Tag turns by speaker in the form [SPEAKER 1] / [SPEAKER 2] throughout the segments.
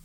[SPEAKER 1] uh,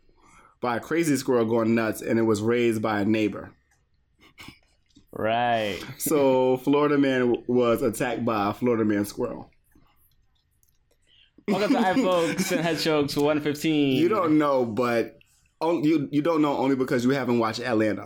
[SPEAKER 2] by a crazy squirrel going nuts, and it was raised by a neighbor.
[SPEAKER 3] Right.
[SPEAKER 2] So Florida man w- was attacked by a Florida man squirrel.
[SPEAKER 3] Welcome to iFolks and Head Jokes 115.
[SPEAKER 2] You don't know, but on, you you don't know only because you haven't watched Atlanta.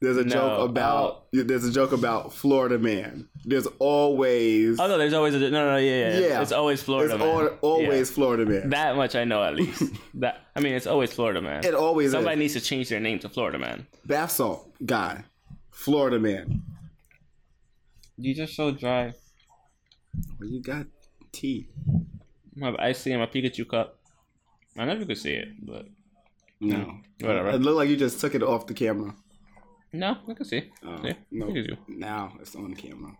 [SPEAKER 2] There's a
[SPEAKER 3] No.
[SPEAKER 2] joke about there's a joke about Florida man. There's always
[SPEAKER 3] Oh no, there's always a no, no, no yeah, yeah.
[SPEAKER 2] Yeah.
[SPEAKER 3] It's always Florida,
[SPEAKER 2] it's
[SPEAKER 3] man.
[SPEAKER 2] al- always Florida man.
[SPEAKER 3] That much I know at least. that I mean, it's always Florida, man.
[SPEAKER 2] it always
[SPEAKER 3] Somebody needs
[SPEAKER 2] is.
[SPEAKER 3] to change their name to Florida, man.
[SPEAKER 2] bath salt guy, Florida man.
[SPEAKER 3] You just so dry.
[SPEAKER 2] Well, you got tea.
[SPEAKER 3] My ice tea in my Pikachu cup. I never could see it, but
[SPEAKER 2] No,
[SPEAKER 3] whatever.
[SPEAKER 2] Mm. it looked like you just took it off the camera.
[SPEAKER 3] No, I can see.
[SPEAKER 2] Oh,
[SPEAKER 3] yeah,
[SPEAKER 2] no.
[SPEAKER 3] Pikachu.
[SPEAKER 2] Now it's on camera.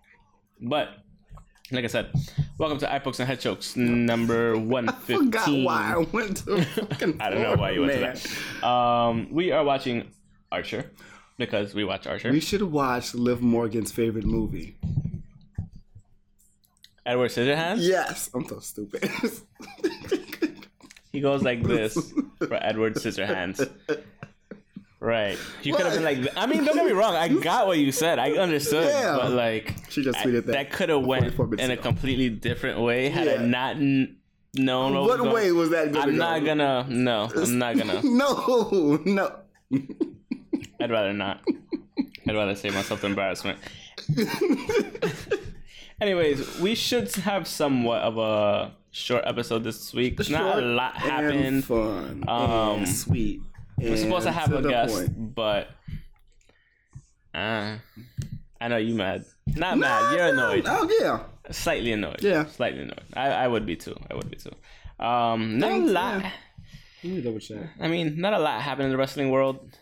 [SPEAKER 3] But like I said, welcome to iPokes and Head Jokes number one fifteen.
[SPEAKER 2] Forgot why I went to. Fucking
[SPEAKER 3] I don't know why you went
[SPEAKER 2] Florida
[SPEAKER 3] to
[SPEAKER 2] Man.
[SPEAKER 3] that. Um, we are watching Archer because we watch Archer.
[SPEAKER 2] We should watch Liv Morgan's favorite movie.
[SPEAKER 3] Edward Scissorhands.
[SPEAKER 2] Yes, I'm so stupid.
[SPEAKER 3] He goes like this for Edward Scissorhands. Right. You could have been like, I mean, don't get me wrong. I got what you said. I understood.
[SPEAKER 2] Yeah.
[SPEAKER 3] But like,
[SPEAKER 2] She just
[SPEAKER 3] I-
[SPEAKER 2] tweeted that
[SPEAKER 3] could have went
[SPEAKER 2] 44 minutes
[SPEAKER 3] in a
[SPEAKER 2] ago.
[SPEAKER 3] completely different way had
[SPEAKER 2] Yeah.
[SPEAKER 3] I not n- known what, was
[SPEAKER 2] what
[SPEAKER 3] going-
[SPEAKER 2] way was that going?
[SPEAKER 3] I'm not gonna. No, I'm not gonna.
[SPEAKER 2] no, no.
[SPEAKER 3] I'd rather not. I'd rather save myself the embarrassment. Anyways, we should have somewhat of a short episode this week. Not
[SPEAKER 2] Short
[SPEAKER 3] a lot
[SPEAKER 2] And
[SPEAKER 3] happened.
[SPEAKER 2] fun.
[SPEAKER 3] Um,
[SPEAKER 2] and sweet.
[SPEAKER 3] We're supposed to
[SPEAKER 2] and
[SPEAKER 3] have a
[SPEAKER 2] the
[SPEAKER 3] guest,
[SPEAKER 2] point.
[SPEAKER 3] but uh, I know you mad. Not mad. You're annoyed.
[SPEAKER 2] Oh yeah.
[SPEAKER 3] Slightly annoyed.
[SPEAKER 2] Yeah.
[SPEAKER 3] Slightly annoyed. I, I would be too. I would be too. Um, not a
[SPEAKER 2] Thanks,
[SPEAKER 3] lot.
[SPEAKER 2] yeah. Let me double check.
[SPEAKER 3] I mean, not a lot happened in the wrestling world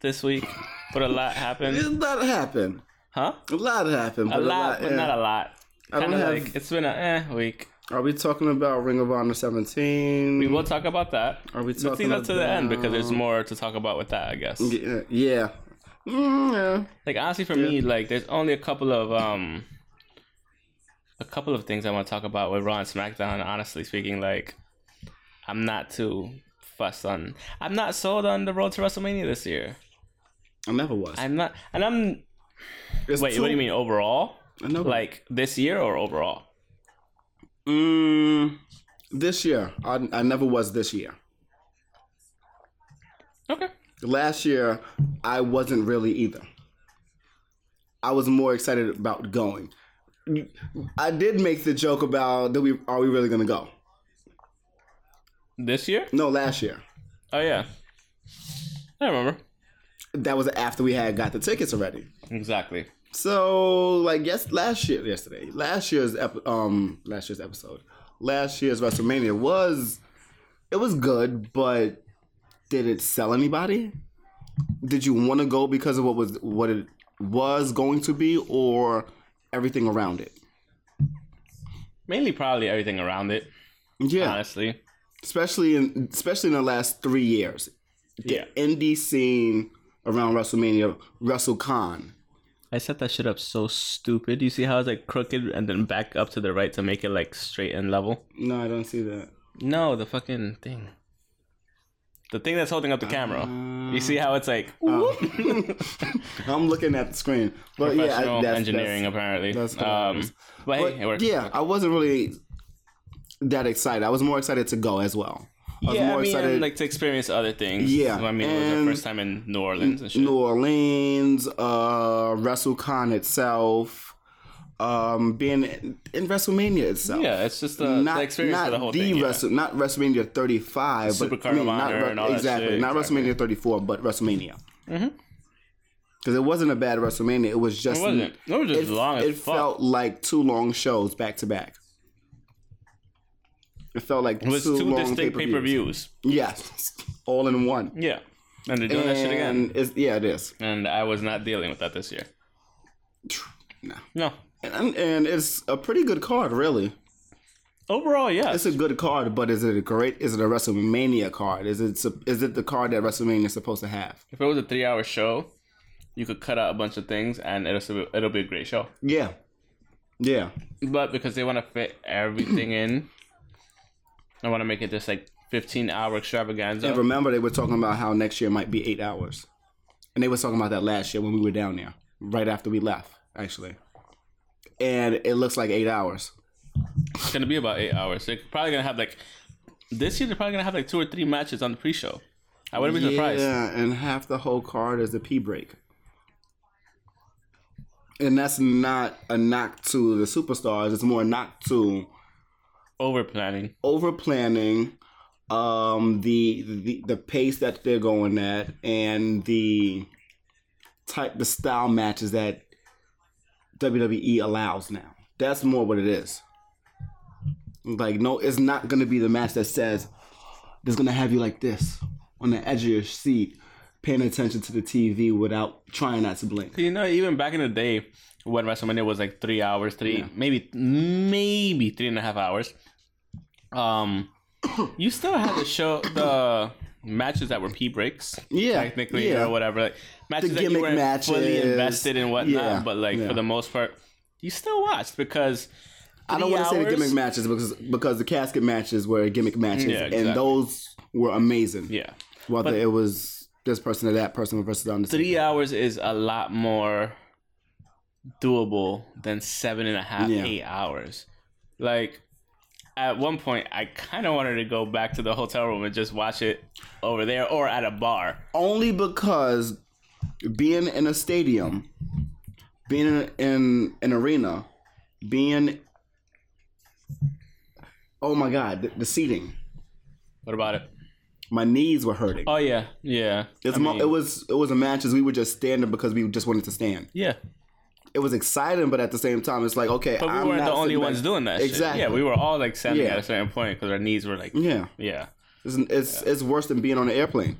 [SPEAKER 3] this week, but a lot
[SPEAKER 2] It's
[SPEAKER 3] happened.
[SPEAKER 2] a lot happened.
[SPEAKER 3] Huh?
[SPEAKER 2] A lot happened.
[SPEAKER 3] A
[SPEAKER 2] but
[SPEAKER 3] lot, but
[SPEAKER 2] yeah.
[SPEAKER 3] not a lot.
[SPEAKER 2] I don't
[SPEAKER 3] Kind of
[SPEAKER 2] have-
[SPEAKER 3] like it's been a eh, week.
[SPEAKER 2] Are we talking about Ring of Honor 17?
[SPEAKER 3] We will talk about that.
[SPEAKER 2] Are we
[SPEAKER 3] Let's leave
[SPEAKER 2] talking
[SPEAKER 3] that to the end because there's
[SPEAKER 2] about-
[SPEAKER 3] more to talk about with that, I guess.
[SPEAKER 2] Yeah. yeah. Mm, yeah.
[SPEAKER 3] Like honestly, for me, like there's only a couple of um, a couple of things I want to talk about with Raw and SmackDown. Honestly speaking, like I'm not too fussed on. I'm not sold on the road to WrestleMania this year.
[SPEAKER 2] I never was.
[SPEAKER 3] I'm not, and I'm.
[SPEAKER 2] It's
[SPEAKER 3] wait,
[SPEAKER 2] too-
[SPEAKER 3] what do you mean overall?
[SPEAKER 2] I know.
[SPEAKER 3] Like this year or overall?
[SPEAKER 2] mm, this year. I, I never was this year.
[SPEAKER 3] Okay.
[SPEAKER 2] Last year, I wasn't really either. I was more excited about going. I did make the joke about do we are we really gonna go?
[SPEAKER 3] This year?
[SPEAKER 2] No, last year.
[SPEAKER 3] Oh yeah. I remember
[SPEAKER 2] That was after we had got the tickets already.
[SPEAKER 3] exactly.
[SPEAKER 2] So like yes, last year, yesterday, last year's ep- um, last year's episode, last year's WrestleMania was, it was good, but did it sell anybody? Did you want to go because of what was what it was going to be, or everything around it?
[SPEAKER 3] Mainly probably everything around it.
[SPEAKER 2] Yeah,
[SPEAKER 3] Honestly.
[SPEAKER 2] especially in especially in the last three years, the
[SPEAKER 3] Yeah.
[SPEAKER 2] indie scene around WrestleMania, WrestleCon.
[SPEAKER 3] I set that shit up so stupid. You see how it's like crooked and then back up to the right to make it like straight and level?
[SPEAKER 2] No, I don't see that.
[SPEAKER 3] No, the fucking thing. The thing that's holding up the camera. you see how it's like
[SPEAKER 2] I'm looking at the screen, but Um, yeah, I-
[SPEAKER 3] professional
[SPEAKER 2] that's-
[SPEAKER 3] engineering apparently.
[SPEAKER 2] that's
[SPEAKER 3] um,
[SPEAKER 2] hilarious.
[SPEAKER 3] but hey,
[SPEAKER 2] But,
[SPEAKER 3] it works.
[SPEAKER 2] yeah, I wasn't really that excited. I was more excited to go as well. I was
[SPEAKER 3] yeah, I
[SPEAKER 2] more
[SPEAKER 3] mean,
[SPEAKER 2] excited.
[SPEAKER 3] and, like to experience other things.
[SPEAKER 2] Yeah,
[SPEAKER 3] I mean, it was
[SPEAKER 2] and-
[SPEAKER 3] our first time in New Orleans and shit.
[SPEAKER 2] New Orleans, uh, WrestleCon itself, um, being in, in WrestleMania itself.
[SPEAKER 3] yeah, it's just uh, the, the experience
[SPEAKER 2] not
[SPEAKER 3] of the whole thing. yeah.
[SPEAKER 2] Wrestle, not WrestleMania 35, but
[SPEAKER 3] Supercard
[SPEAKER 2] I mean,
[SPEAKER 3] of
[SPEAKER 2] not,
[SPEAKER 3] Honor
[SPEAKER 2] Re-
[SPEAKER 3] and all that
[SPEAKER 2] exactly,
[SPEAKER 3] shit,
[SPEAKER 2] not
[SPEAKER 3] exactly.
[SPEAKER 2] WrestleMania 34, but WrestleMania.
[SPEAKER 3] Mhm.
[SPEAKER 2] Because it wasn't a bad WrestleMania. It was just
[SPEAKER 3] It wasn't. It was just
[SPEAKER 2] it,
[SPEAKER 3] long as
[SPEAKER 2] it
[SPEAKER 3] fuck.
[SPEAKER 2] felt like two long shows back to back. It felt like
[SPEAKER 3] it was
[SPEAKER 2] two,
[SPEAKER 3] two
[SPEAKER 2] long
[SPEAKER 3] distinct pay per
[SPEAKER 2] pay-per-views.
[SPEAKER 3] views.
[SPEAKER 2] Yes, all in one.
[SPEAKER 3] Yeah. And they're doing that shit again.
[SPEAKER 2] And It's, yeah, it is.
[SPEAKER 3] And I was not dealing with that this year.
[SPEAKER 2] No.
[SPEAKER 3] No.
[SPEAKER 2] And, and it's a pretty good card, really.
[SPEAKER 3] Overall, yeah.
[SPEAKER 2] It's a good card, but is it a great? Is it a WrestleMania card? Is it sup- is it the card that WrestleMania is supposed to have?
[SPEAKER 3] If it was a three-hour show, you could cut out a bunch of things, and it'll still be- it'll be a great show.
[SPEAKER 2] Yeah, yeah,
[SPEAKER 3] But because they want to fit everything in, I want to make it this like 15-hour extravaganza.
[SPEAKER 2] And remember, they were talking about how next year might be eight hours, and they were talking about that last year when we were down there, right after we left, actually. And it looks like eight hours.
[SPEAKER 3] It's gonna be about eight hours. They're probably gonna have like this year. They're probably gonna have like two or three matches on the pre-show. I wouldn't be surprised.
[SPEAKER 2] Yeah, and half the whole card is the pee break. And that's not a knock to the superstars. It's more a knock to
[SPEAKER 3] Over planning.
[SPEAKER 2] over planning um the, the the pace that they're going at and the type the style matches that WWE allows now. That's more what it is. Like no, it's not gonna be the match that says that's gonna have you like this on the edge of your seat, paying attention to the TV without trying not to blink.
[SPEAKER 3] You know, even back in the day when WrestleMania was like three hours, three maybe maybe three and a half hours. Um, you still had to show the matches that were pee breaks,
[SPEAKER 2] Yeah,
[SPEAKER 3] technically
[SPEAKER 2] yeah.
[SPEAKER 3] or whatever. Like matches that you
[SPEAKER 2] gimmick
[SPEAKER 3] weren't fully
[SPEAKER 2] matches.
[SPEAKER 3] invested in whatnot,
[SPEAKER 2] Yeah,
[SPEAKER 3] but like
[SPEAKER 2] yeah.
[SPEAKER 3] for the most part, you still watched because
[SPEAKER 2] I don't
[SPEAKER 3] three
[SPEAKER 2] want to say the
[SPEAKER 3] hours-
[SPEAKER 2] gimmick matches because because the casket matches were gimmick matches,
[SPEAKER 3] Yeah, exactly.
[SPEAKER 2] and those were amazing.
[SPEAKER 3] yeah.
[SPEAKER 2] whether
[SPEAKER 3] But-
[SPEAKER 2] it was this person or that person versus on the
[SPEAKER 3] three hours is a lot more doable than seven and a half,
[SPEAKER 2] Yeah.
[SPEAKER 3] eight hours. Like at one point, I kind of wanted to go back to the hotel room and just watch it over there or at a bar.
[SPEAKER 2] only because being in a stadium, being in, in an arena, being oh my god, the, the seating.
[SPEAKER 3] What about it?
[SPEAKER 2] My knees were hurting.
[SPEAKER 3] Oh yeah, yeah.
[SPEAKER 2] It's
[SPEAKER 3] I
[SPEAKER 2] mo-
[SPEAKER 3] mean,
[SPEAKER 2] it was it was a match as we were just standing because we just wanted to stand.
[SPEAKER 3] yeah,
[SPEAKER 2] It was exciting, but at the same time, it's like okay,
[SPEAKER 3] but we
[SPEAKER 2] I'm
[SPEAKER 3] weren't
[SPEAKER 2] not
[SPEAKER 3] the only
[SPEAKER 2] sitting back-
[SPEAKER 3] ones doing that.
[SPEAKER 2] Exactly.
[SPEAKER 3] Shit. Yeah, we were all like standing
[SPEAKER 2] Yeah.
[SPEAKER 3] at
[SPEAKER 2] Mm.
[SPEAKER 3] a certain point because our knees were like,
[SPEAKER 2] Yeah,
[SPEAKER 3] yeah.
[SPEAKER 2] it's it's, it's worse than being on an airplane.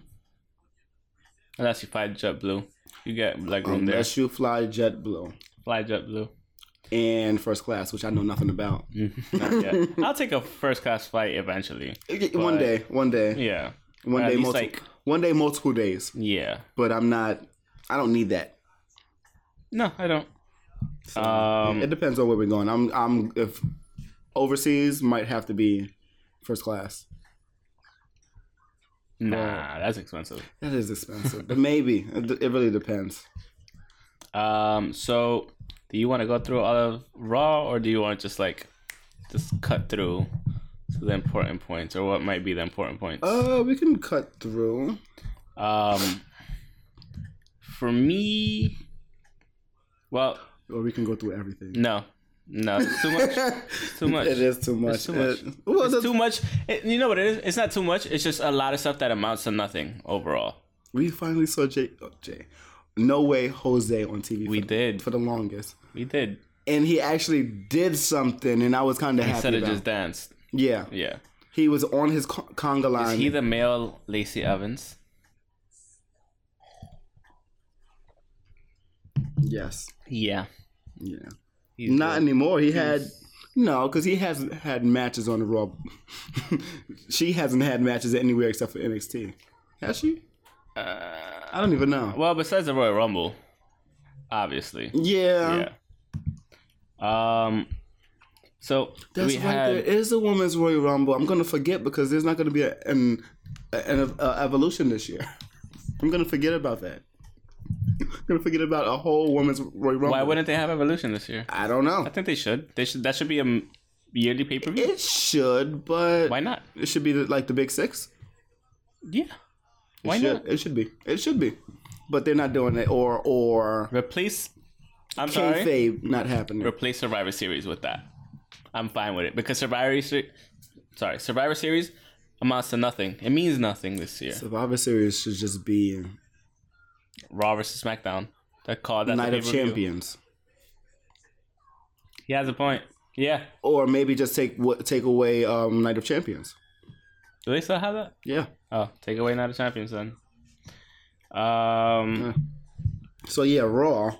[SPEAKER 3] Unless you fly JetBlue, you get like
[SPEAKER 2] Um,
[SPEAKER 3] room there.
[SPEAKER 2] Unless you fly JetBlue
[SPEAKER 3] Fly JetBlue.
[SPEAKER 2] and first class, which I know nothing about.
[SPEAKER 3] Mm-hmm. Not yet. I'll take a first class flight eventually.
[SPEAKER 2] one day, one day.
[SPEAKER 3] Yeah.
[SPEAKER 2] One
[SPEAKER 3] At
[SPEAKER 2] day,
[SPEAKER 3] least,
[SPEAKER 2] multiple.
[SPEAKER 3] like-
[SPEAKER 2] one day, multiple days.
[SPEAKER 3] Yeah.
[SPEAKER 2] But I'm not. I don't need that.
[SPEAKER 3] No, I don't.
[SPEAKER 2] So,
[SPEAKER 3] Um,
[SPEAKER 2] it depends on where we're going. I'm. I'm. If overseas might have to be first class.
[SPEAKER 3] Nah, that's expensive.
[SPEAKER 2] That is expensive. but maybe it, it really depends.
[SPEAKER 3] Um, so do you want to go through all of Raw, or do you want to just like just cut through to the important points, or what might be the important points?
[SPEAKER 2] Uh, we can cut through.
[SPEAKER 3] Um, for me, well,
[SPEAKER 2] Or we can go through everything.
[SPEAKER 3] no, no, it's too much.
[SPEAKER 2] it's
[SPEAKER 3] too much.
[SPEAKER 2] It is too much.
[SPEAKER 3] too much.
[SPEAKER 2] It- well,
[SPEAKER 3] It's
[SPEAKER 2] that's-
[SPEAKER 3] too much. It, you know what it is? It's not too much. It's just a lot of stuff that amounts to nothing overall.
[SPEAKER 2] we finally saw Jay. Oh, Jay. No way, Jose on TV.
[SPEAKER 3] We
[SPEAKER 2] for,
[SPEAKER 3] did.
[SPEAKER 2] for the longest,
[SPEAKER 3] We did.
[SPEAKER 2] and he actually did something, and I was kind of happy
[SPEAKER 3] Instead of
[SPEAKER 2] about.
[SPEAKER 3] just danced.
[SPEAKER 2] yeah,
[SPEAKER 3] Yeah.
[SPEAKER 2] He was on his con- conga line.
[SPEAKER 3] Is he the male Lacey Evans?
[SPEAKER 2] yes.
[SPEAKER 3] Yeah.
[SPEAKER 2] Yeah.
[SPEAKER 3] He's
[SPEAKER 2] Not anymore. He had no, because he hasn't had matches on the Raw. she hasn't had matches anywhere except for NXT. Has she?
[SPEAKER 3] Uh,
[SPEAKER 2] I don't even know.
[SPEAKER 3] well, besides the Royal Rumble, obviously.
[SPEAKER 2] yeah,
[SPEAKER 3] Yeah. Um. So
[SPEAKER 2] that's
[SPEAKER 3] we
[SPEAKER 2] right.
[SPEAKER 3] had
[SPEAKER 2] There is a women's Royal Rumble. I'm gonna forget because there's not gonna be a, an an uh, evolution this year. I'm gonna forget about that. I'm gonna forget about a whole women's Royal Rumble.
[SPEAKER 3] why wouldn't they have Evolution this year?
[SPEAKER 2] I don't know.
[SPEAKER 3] I think they should. They should. That should be a m- yearly pay per view.
[SPEAKER 2] It should, but
[SPEAKER 3] Why not?
[SPEAKER 2] it should be the, like the Big Six.
[SPEAKER 3] Yeah. Why
[SPEAKER 2] it should,
[SPEAKER 3] not
[SPEAKER 2] It should be. It should be. But they're not doing it. Or or
[SPEAKER 3] replace? I'm sorry.
[SPEAKER 2] kayfabe not happening.
[SPEAKER 3] Replace Survivor Series with that. I'm fine with it because Survivor Series, sorry, Survivor Series amounts to nothing. It means nothing this year.
[SPEAKER 2] Survivor Series should just be
[SPEAKER 3] Raw versus SmackDown. That call that
[SPEAKER 2] Night of Champions,
[SPEAKER 3] He has a point. Yeah.
[SPEAKER 2] or maybe just take what take away um, Night of Champions.
[SPEAKER 3] Do they still have that?
[SPEAKER 2] Yeah,
[SPEAKER 3] Oh, take away Night of Champions then.
[SPEAKER 2] Hmm.
[SPEAKER 3] Um,
[SPEAKER 2] So yeah, Raw.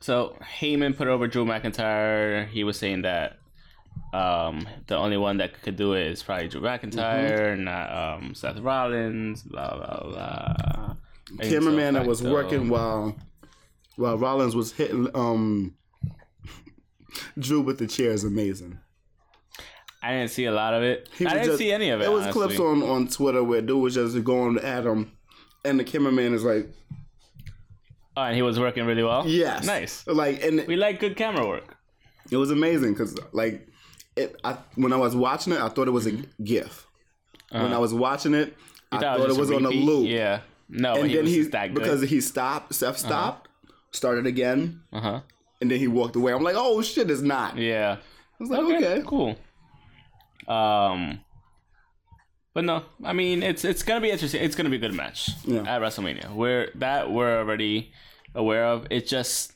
[SPEAKER 3] so Heyman put over Drew McIntyre. He was saying that um, the only one that could do it is probably Drew McIntyre,
[SPEAKER 2] Mm-hmm.
[SPEAKER 3] not um, Seth Rollins. Blah blah blah. And
[SPEAKER 2] cameraman
[SPEAKER 3] so um,
[SPEAKER 2] that was
[SPEAKER 3] facto-
[SPEAKER 2] working while while Rollins was hitting um Drew with the chair is amazing.
[SPEAKER 3] I didn't see a lot of it.
[SPEAKER 2] He
[SPEAKER 3] I
[SPEAKER 2] was
[SPEAKER 3] didn't
[SPEAKER 2] just-
[SPEAKER 3] see any of it.
[SPEAKER 2] It was
[SPEAKER 3] honestly.
[SPEAKER 2] clips on on Twitter where dude was just going at him, and the cameraman is like,
[SPEAKER 3] Oh, and he was working really well.
[SPEAKER 2] "Yes,
[SPEAKER 3] nice.
[SPEAKER 2] Like, and
[SPEAKER 3] We like good camera work.
[SPEAKER 2] it was amazing because like, it. I when I was watching it, I thought it was a gif. When
[SPEAKER 3] Uh-huh.
[SPEAKER 2] I was watching it, I thought, it was
[SPEAKER 3] just
[SPEAKER 2] on a
[SPEAKER 3] repeat.
[SPEAKER 2] loop.
[SPEAKER 3] Yeah. No,
[SPEAKER 2] And
[SPEAKER 3] but he
[SPEAKER 2] then
[SPEAKER 3] was
[SPEAKER 2] he
[SPEAKER 3] just that good. Uh-huh.
[SPEAKER 2] because he stopped. Seth stopped, started again,
[SPEAKER 3] uh huh.
[SPEAKER 2] and then he walked away. I'm like, oh shit, it's not.
[SPEAKER 3] Yeah.
[SPEAKER 2] I was like, okay,
[SPEAKER 3] Cool. Um, but no, I mean it's it's gonna be interesting. It's gonna be a good match
[SPEAKER 2] Yeah.
[SPEAKER 3] at WrestleMania. We're that we're already aware of. It just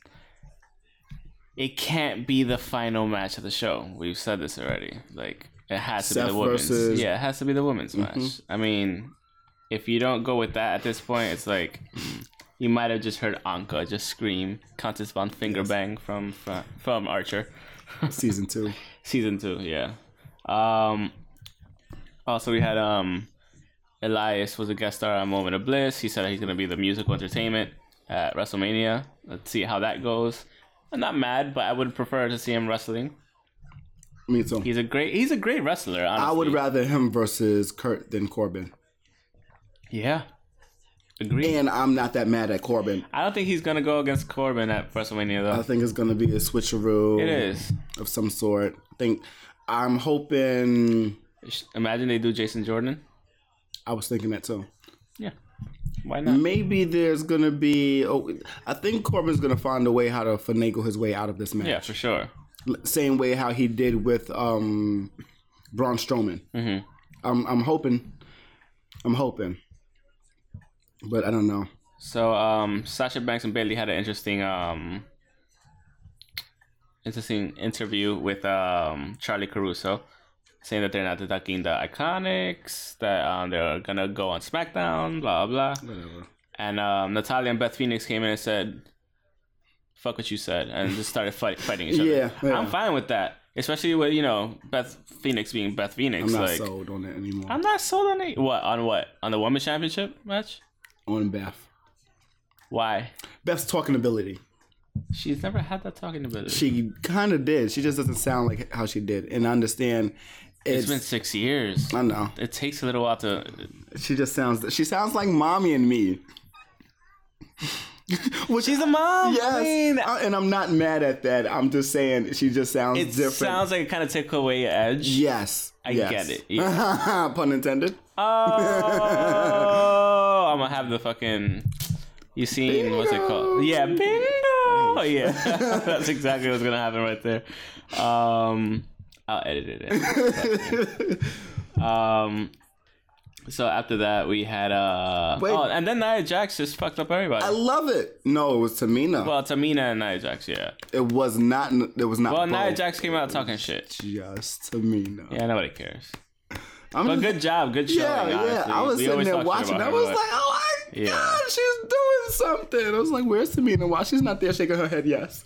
[SPEAKER 3] it can't be the final match of the show. We've said this already. Like it has to
[SPEAKER 2] Seth
[SPEAKER 3] be the women's.
[SPEAKER 2] versus- Mm-hmm.
[SPEAKER 3] Yeah, it has to be the women's match. I mean, if you don't go with that at this point, it's like. You might have just heard Anka just scream Countess Von Fingerbang from from, from Archer
[SPEAKER 2] season two.
[SPEAKER 3] season two yeah um also we had um elias was a guest star on moment of bliss he said he's gonna be the musical entertainment at wrestlemania let's see how that goes i'm not mad but i would prefer to see him wrestling
[SPEAKER 2] Me too.
[SPEAKER 3] he's a great he's a great wrestler honestly.
[SPEAKER 2] I would rather him versus Kurt than Corbin.
[SPEAKER 3] yeah agree
[SPEAKER 2] And I'm not that mad at Corbin.
[SPEAKER 3] i don't think he's gonna go against corbin at wrestlemania
[SPEAKER 2] I
[SPEAKER 3] though
[SPEAKER 2] think it's gonna be a switcheroo
[SPEAKER 3] it is
[SPEAKER 2] of some sort. I think I'm hoping
[SPEAKER 3] Sh- imagine they do jason jordan
[SPEAKER 2] I was thinking that too.
[SPEAKER 3] yeah why not
[SPEAKER 2] Maybe there's gonna be oh, I think Corbin's gonna find a way how to finagle his way out of this match.
[SPEAKER 3] yeah for sure
[SPEAKER 2] Same way how he did with um Braun Strowman.
[SPEAKER 3] Mhm.
[SPEAKER 2] I'm I'm hoping. I'm hoping. But I don't know.
[SPEAKER 3] So um, Sasha Banks and Bailey had an interesting um, interesting interview with um, Charlie Caruso, saying that they're not attacking the Iconics, that um, they're gonna go on SmackDown, blah blah. blah.
[SPEAKER 2] Whatever.
[SPEAKER 3] And um, Natalia and Beth Phoenix came in and said, "Fuck what you said," and just started fight, fighting each other.
[SPEAKER 2] Yeah, yeah.
[SPEAKER 3] I'm fine with that, especially with you know Beth Phoenix being Beth Phoenix.
[SPEAKER 2] I'm not
[SPEAKER 3] like,
[SPEAKER 2] sold on it anymore.
[SPEAKER 3] I'm not sold on it. What on what on the women's championship match?
[SPEAKER 2] on Beth.
[SPEAKER 3] Why?
[SPEAKER 2] Beth's talking ability.
[SPEAKER 3] She's never had that talking ability.
[SPEAKER 2] She kind of did. She just doesn't sound like how she did. And I understand. It's,
[SPEAKER 3] it's been six years.
[SPEAKER 2] I know.
[SPEAKER 3] It takes a little while to.
[SPEAKER 2] She just sounds. She sounds like mommy and me. Which
[SPEAKER 3] She's a mom.
[SPEAKER 2] yes,
[SPEAKER 3] I mean,
[SPEAKER 2] I- and I'm not mad at that. I'm just saying she just sounds
[SPEAKER 3] it
[SPEAKER 2] different.
[SPEAKER 3] sounds like it kind of took away your edge.
[SPEAKER 2] yes, I
[SPEAKER 3] get it,
[SPEAKER 2] Pun intended.
[SPEAKER 3] Oh, I'm gonna have the fucking. You seen what's it called? Yeah, bingo. Yeah, that's exactly what's gonna happen right there. Um, I'll edit it. In. Um, so after that we had uh.
[SPEAKER 2] Wait.
[SPEAKER 3] Oh, and then Nia Jax just fucked up everybody.
[SPEAKER 2] I love it. No, it was Tamina.
[SPEAKER 3] well, Tamina and Nia Jax, yeah.
[SPEAKER 2] it was not. It was not.
[SPEAKER 3] Well,
[SPEAKER 2] Bo.
[SPEAKER 3] Nia Jax came out talking shit.
[SPEAKER 2] Just Tamina.
[SPEAKER 3] Yeah, nobody cares.
[SPEAKER 2] I'm
[SPEAKER 3] But
[SPEAKER 2] just-
[SPEAKER 3] good job, good showing.
[SPEAKER 2] Yeah, yeah.
[SPEAKER 3] honestly.
[SPEAKER 2] I was
[SPEAKER 3] We
[SPEAKER 2] sitting
[SPEAKER 3] always
[SPEAKER 2] there
[SPEAKER 3] talk shit
[SPEAKER 2] watching.
[SPEAKER 3] about
[SPEAKER 2] I
[SPEAKER 3] her,
[SPEAKER 2] was
[SPEAKER 3] but-
[SPEAKER 2] like, oh my
[SPEAKER 3] Yeah.
[SPEAKER 2] god, she's doing something. I was like, where's Tamina? Why she's not there shaking her head? Yes.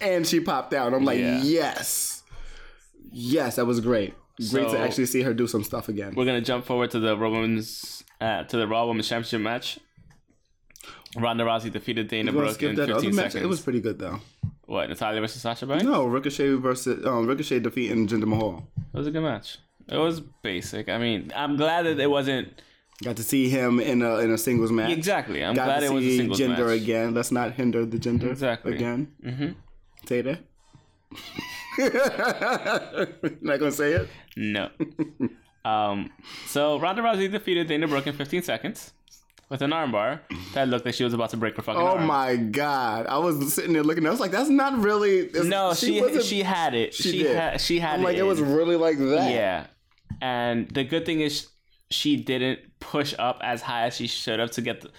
[SPEAKER 2] and she popped out. I'm like,
[SPEAKER 3] Yeah.
[SPEAKER 2] yes, yes, that was great. Great
[SPEAKER 3] So-
[SPEAKER 2] to actually see her do some stuff again.
[SPEAKER 3] we're gonna jump forward to the women's uh, to the Raw Women's Championship match. Ronda Rousey defeated Dana
[SPEAKER 2] You wanna
[SPEAKER 3] Brooke in
[SPEAKER 2] skip that
[SPEAKER 3] 15
[SPEAKER 2] other match?
[SPEAKER 3] seconds.
[SPEAKER 2] It was pretty good though.
[SPEAKER 3] What Natalia versus Sasha Banks?
[SPEAKER 2] No, Ricochet versus um, Ricochet defeating Jinder Mahal.
[SPEAKER 3] It was a good match. It was basic. I mean, I'm glad that it wasn't
[SPEAKER 2] Got to see him in a in a singles match.
[SPEAKER 3] exactly. I'm
[SPEAKER 2] Got
[SPEAKER 3] glad
[SPEAKER 2] to
[SPEAKER 3] it was a
[SPEAKER 2] see
[SPEAKER 3] singles
[SPEAKER 2] gender
[SPEAKER 3] match.
[SPEAKER 2] again. Let's not hinder the gender
[SPEAKER 3] Exactly.
[SPEAKER 2] again. Mm-hmm. Say that. not gonna say it.
[SPEAKER 3] No. um. So Ronda Rousey defeated Dana Brooke in 15 seconds with an armbar that looked like she was about to break her fucking
[SPEAKER 2] Oh
[SPEAKER 3] arm.
[SPEAKER 2] my god! I was sitting there looking. I was like, "That's not really." it's-
[SPEAKER 3] No, she she,
[SPEAKER 2] wasn't-
[SPEAKER 3] had it. She,
[SPEAKER 2] She did.
[SPEAKER 3] had she had
[SPEAKER 2] I'm
[SPEAKER 3] it.
[SPEAKER 2] like, it
[SPEAKER 3] in.
[SPEAKER 2] was really like that.
[SPEAKER 3] Yeah. And the good thing is she didn't push up as high as she should have to get the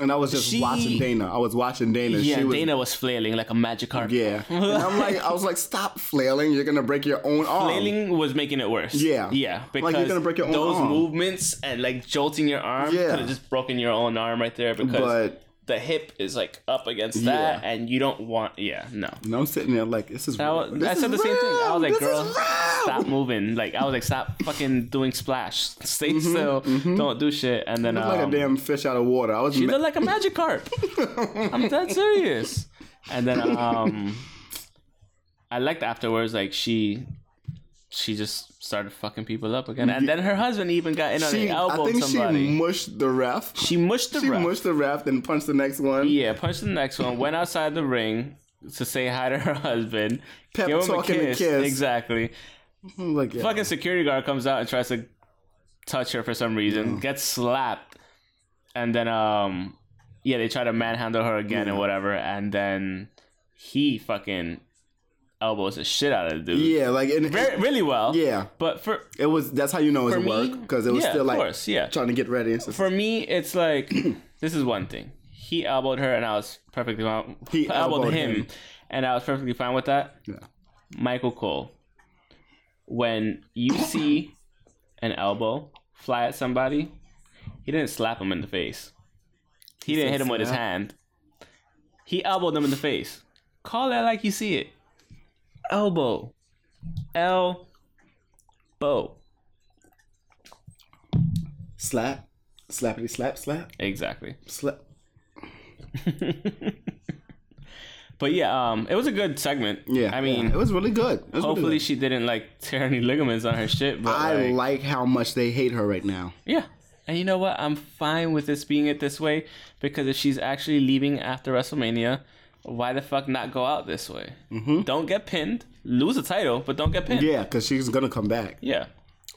[SPEAKER 2] And I was just
[SPEAKER 3] She-
[SPEAKER 2] watching Dana. I was watching Dana.
[SPEAKER 3] Yeah,
[SPEAKER 2] she was,
[SPEAKER 3] Dana was flailing like a magic carp.
[SPEAKER 2] Yeah. And I'm like, I was like, stop flailing. You're gonna break your own arm.
[SPEAKER 3] Flailing was making it worse.
[SPEAKER 2] Yeah.
[SPEAKER 3] yeah,
[SPEAKER 2] you're
[SPEAKER 3] because
[SPEAKER 2] gonna break your own
[SPEAKER 3] those
[SPEAKER 2] arm.
[SPEAKER 3] movements and like jolting your arm
[SPEAKER 2] Yeah.
[SPEAKER 3] could have just broken your own arm right there because
[SPEAKER 2] But
[SPEAKER 3] the hip is like up against that, and you don't want. Yeah, no.
[SPEAKER 2] and I'm sitting there like, this is.
[SPEAKER 3] I,
[SPEAKER 2] real.
[SPEAKER 3] was,
[SPEAKER 2] This
[SPEAKER 3] I said the
[SPEAKER 2] is
[SPEAKER 3] same thing. I was
[SPEAKER 2] real.
[SPEAKER 3] like,
[SPEAKER 2] This
[SPEAKER 3] girl,
[SPEAKER 2] is real."
[SPEAKER 3] stop moving. Like, I was like, stop fucking doing splash. Stay
[SPEAKER 2] Mm-hmm,
[SPEAKER 3] still. Don't do shit. And then,
[SPEAKER 2] Looked like
[SPEAKER 3] um,
[SPEAKER 2] a damn fish out of water. I was.
[SPEAKER 3] she
[SPEAKER 2] ma-
[SPEAKER 3] looked like a magic carp. I'm that serious. And then, um, I liked afterwards, like, she. She just started fucking people up again, and then her husband even got in on
[SPEAKER 2] she,
[SPEAKER 3] the
[SPEAKER 2] I
[SPEAKER 3] elbow.
[SPEAKER 2] think
[SPEAKER 3] somebody.
[SPEAKER 2] she mushed the ref.
[SPEAKER 3] She mushed the
[SPEAKER 2] She
[SPEAKER 3] ref.
[SPEAKER 2] mushed the ref and punched the next one.
[SPEAKER 3] Yeah, punched the next one. Went outside the ring to say hi to her husband.
[SPEAKER 2] Pep talk and a kiss.
[SPEAKER 3] Exactly.
[SPEAKER 2] I'm like, yeah.
[SPEAKER 3] Fucking security guard comes out and tries to touch her for some reason. Gets slapped, and then um, yeah, they try to manhandle her again and whatever. And then he fucking elbows the shit out of the dude.
[SPEAKER 2] Yeah, like and
[SPEAKER 3] Very, really well.
[SPEAKER 2] yeah.
[SPEAKER 3] But for
[SPEAKER 2] It was that's how you know it was
[SPEAKER 3] for me,
[SPEAKER 2] work because it was
[SPEAKER 3] yeah,
[SPEAKER 2] still
[SPEAKER 3] of
[SPEAKER 2] like
[SPEAKER 3] course, yeah.
[SPEAKER 2] trying to get ready. And stuff.
[SPEAKER 3] for me, it's like this is one thing. He elbowed her, and I was perfectly fine.
[SPEAKER 2] He
[SPEAKER 3] He elbowed,
[SPEAKER 2] elbowed
[SPEAKER 3] him,
[SPEAKER 2] him.
[SPEAKER 3] and I was perfectly fine with that.
[SPEAKER 2] Yeah.
[SPEAKER 3] Michael Cole, when you see an elbow fly at somebody, he didn't slap him in the face. He didn't hit him with his
[SPEAKER 2] slap?
[SPEAKER 3] hand. He elbowed them in the face. Call that like you see it. Elbow. Elbow.
[SPEAKER 2] slap, slappity slap, slap,
[SPEAKER 3] Exactly.
[SPEAKER 2] slap.
[SPEAKER 3] But yeah, um, it was a good segment.
[SPEAKER 2] Yeah,
[SPEAKER 3] I mean,
[SPEAKER 2] yeah, it was really good. It was really
[SPEAKER 3] Hopefully
[SPEAKER 2] good.
[SPEAKER 3] she didn't like tear any ligaments on her shit, but
[SPEAKER 2] I
[SPEAKER 3] like,
[SPEAKER 2] like how much they hate her right now.
[SPEAKER 3] yeah. And you know what? I'm fine with this being it this way because if she's actually leaving after WrestleMania, why the fuck not go out this way? Mm-hmm. Don't get pinned, lose a title, but don't get pinned. Yeah.
[SPEAKER 2] Yeah, because she's gonna come back,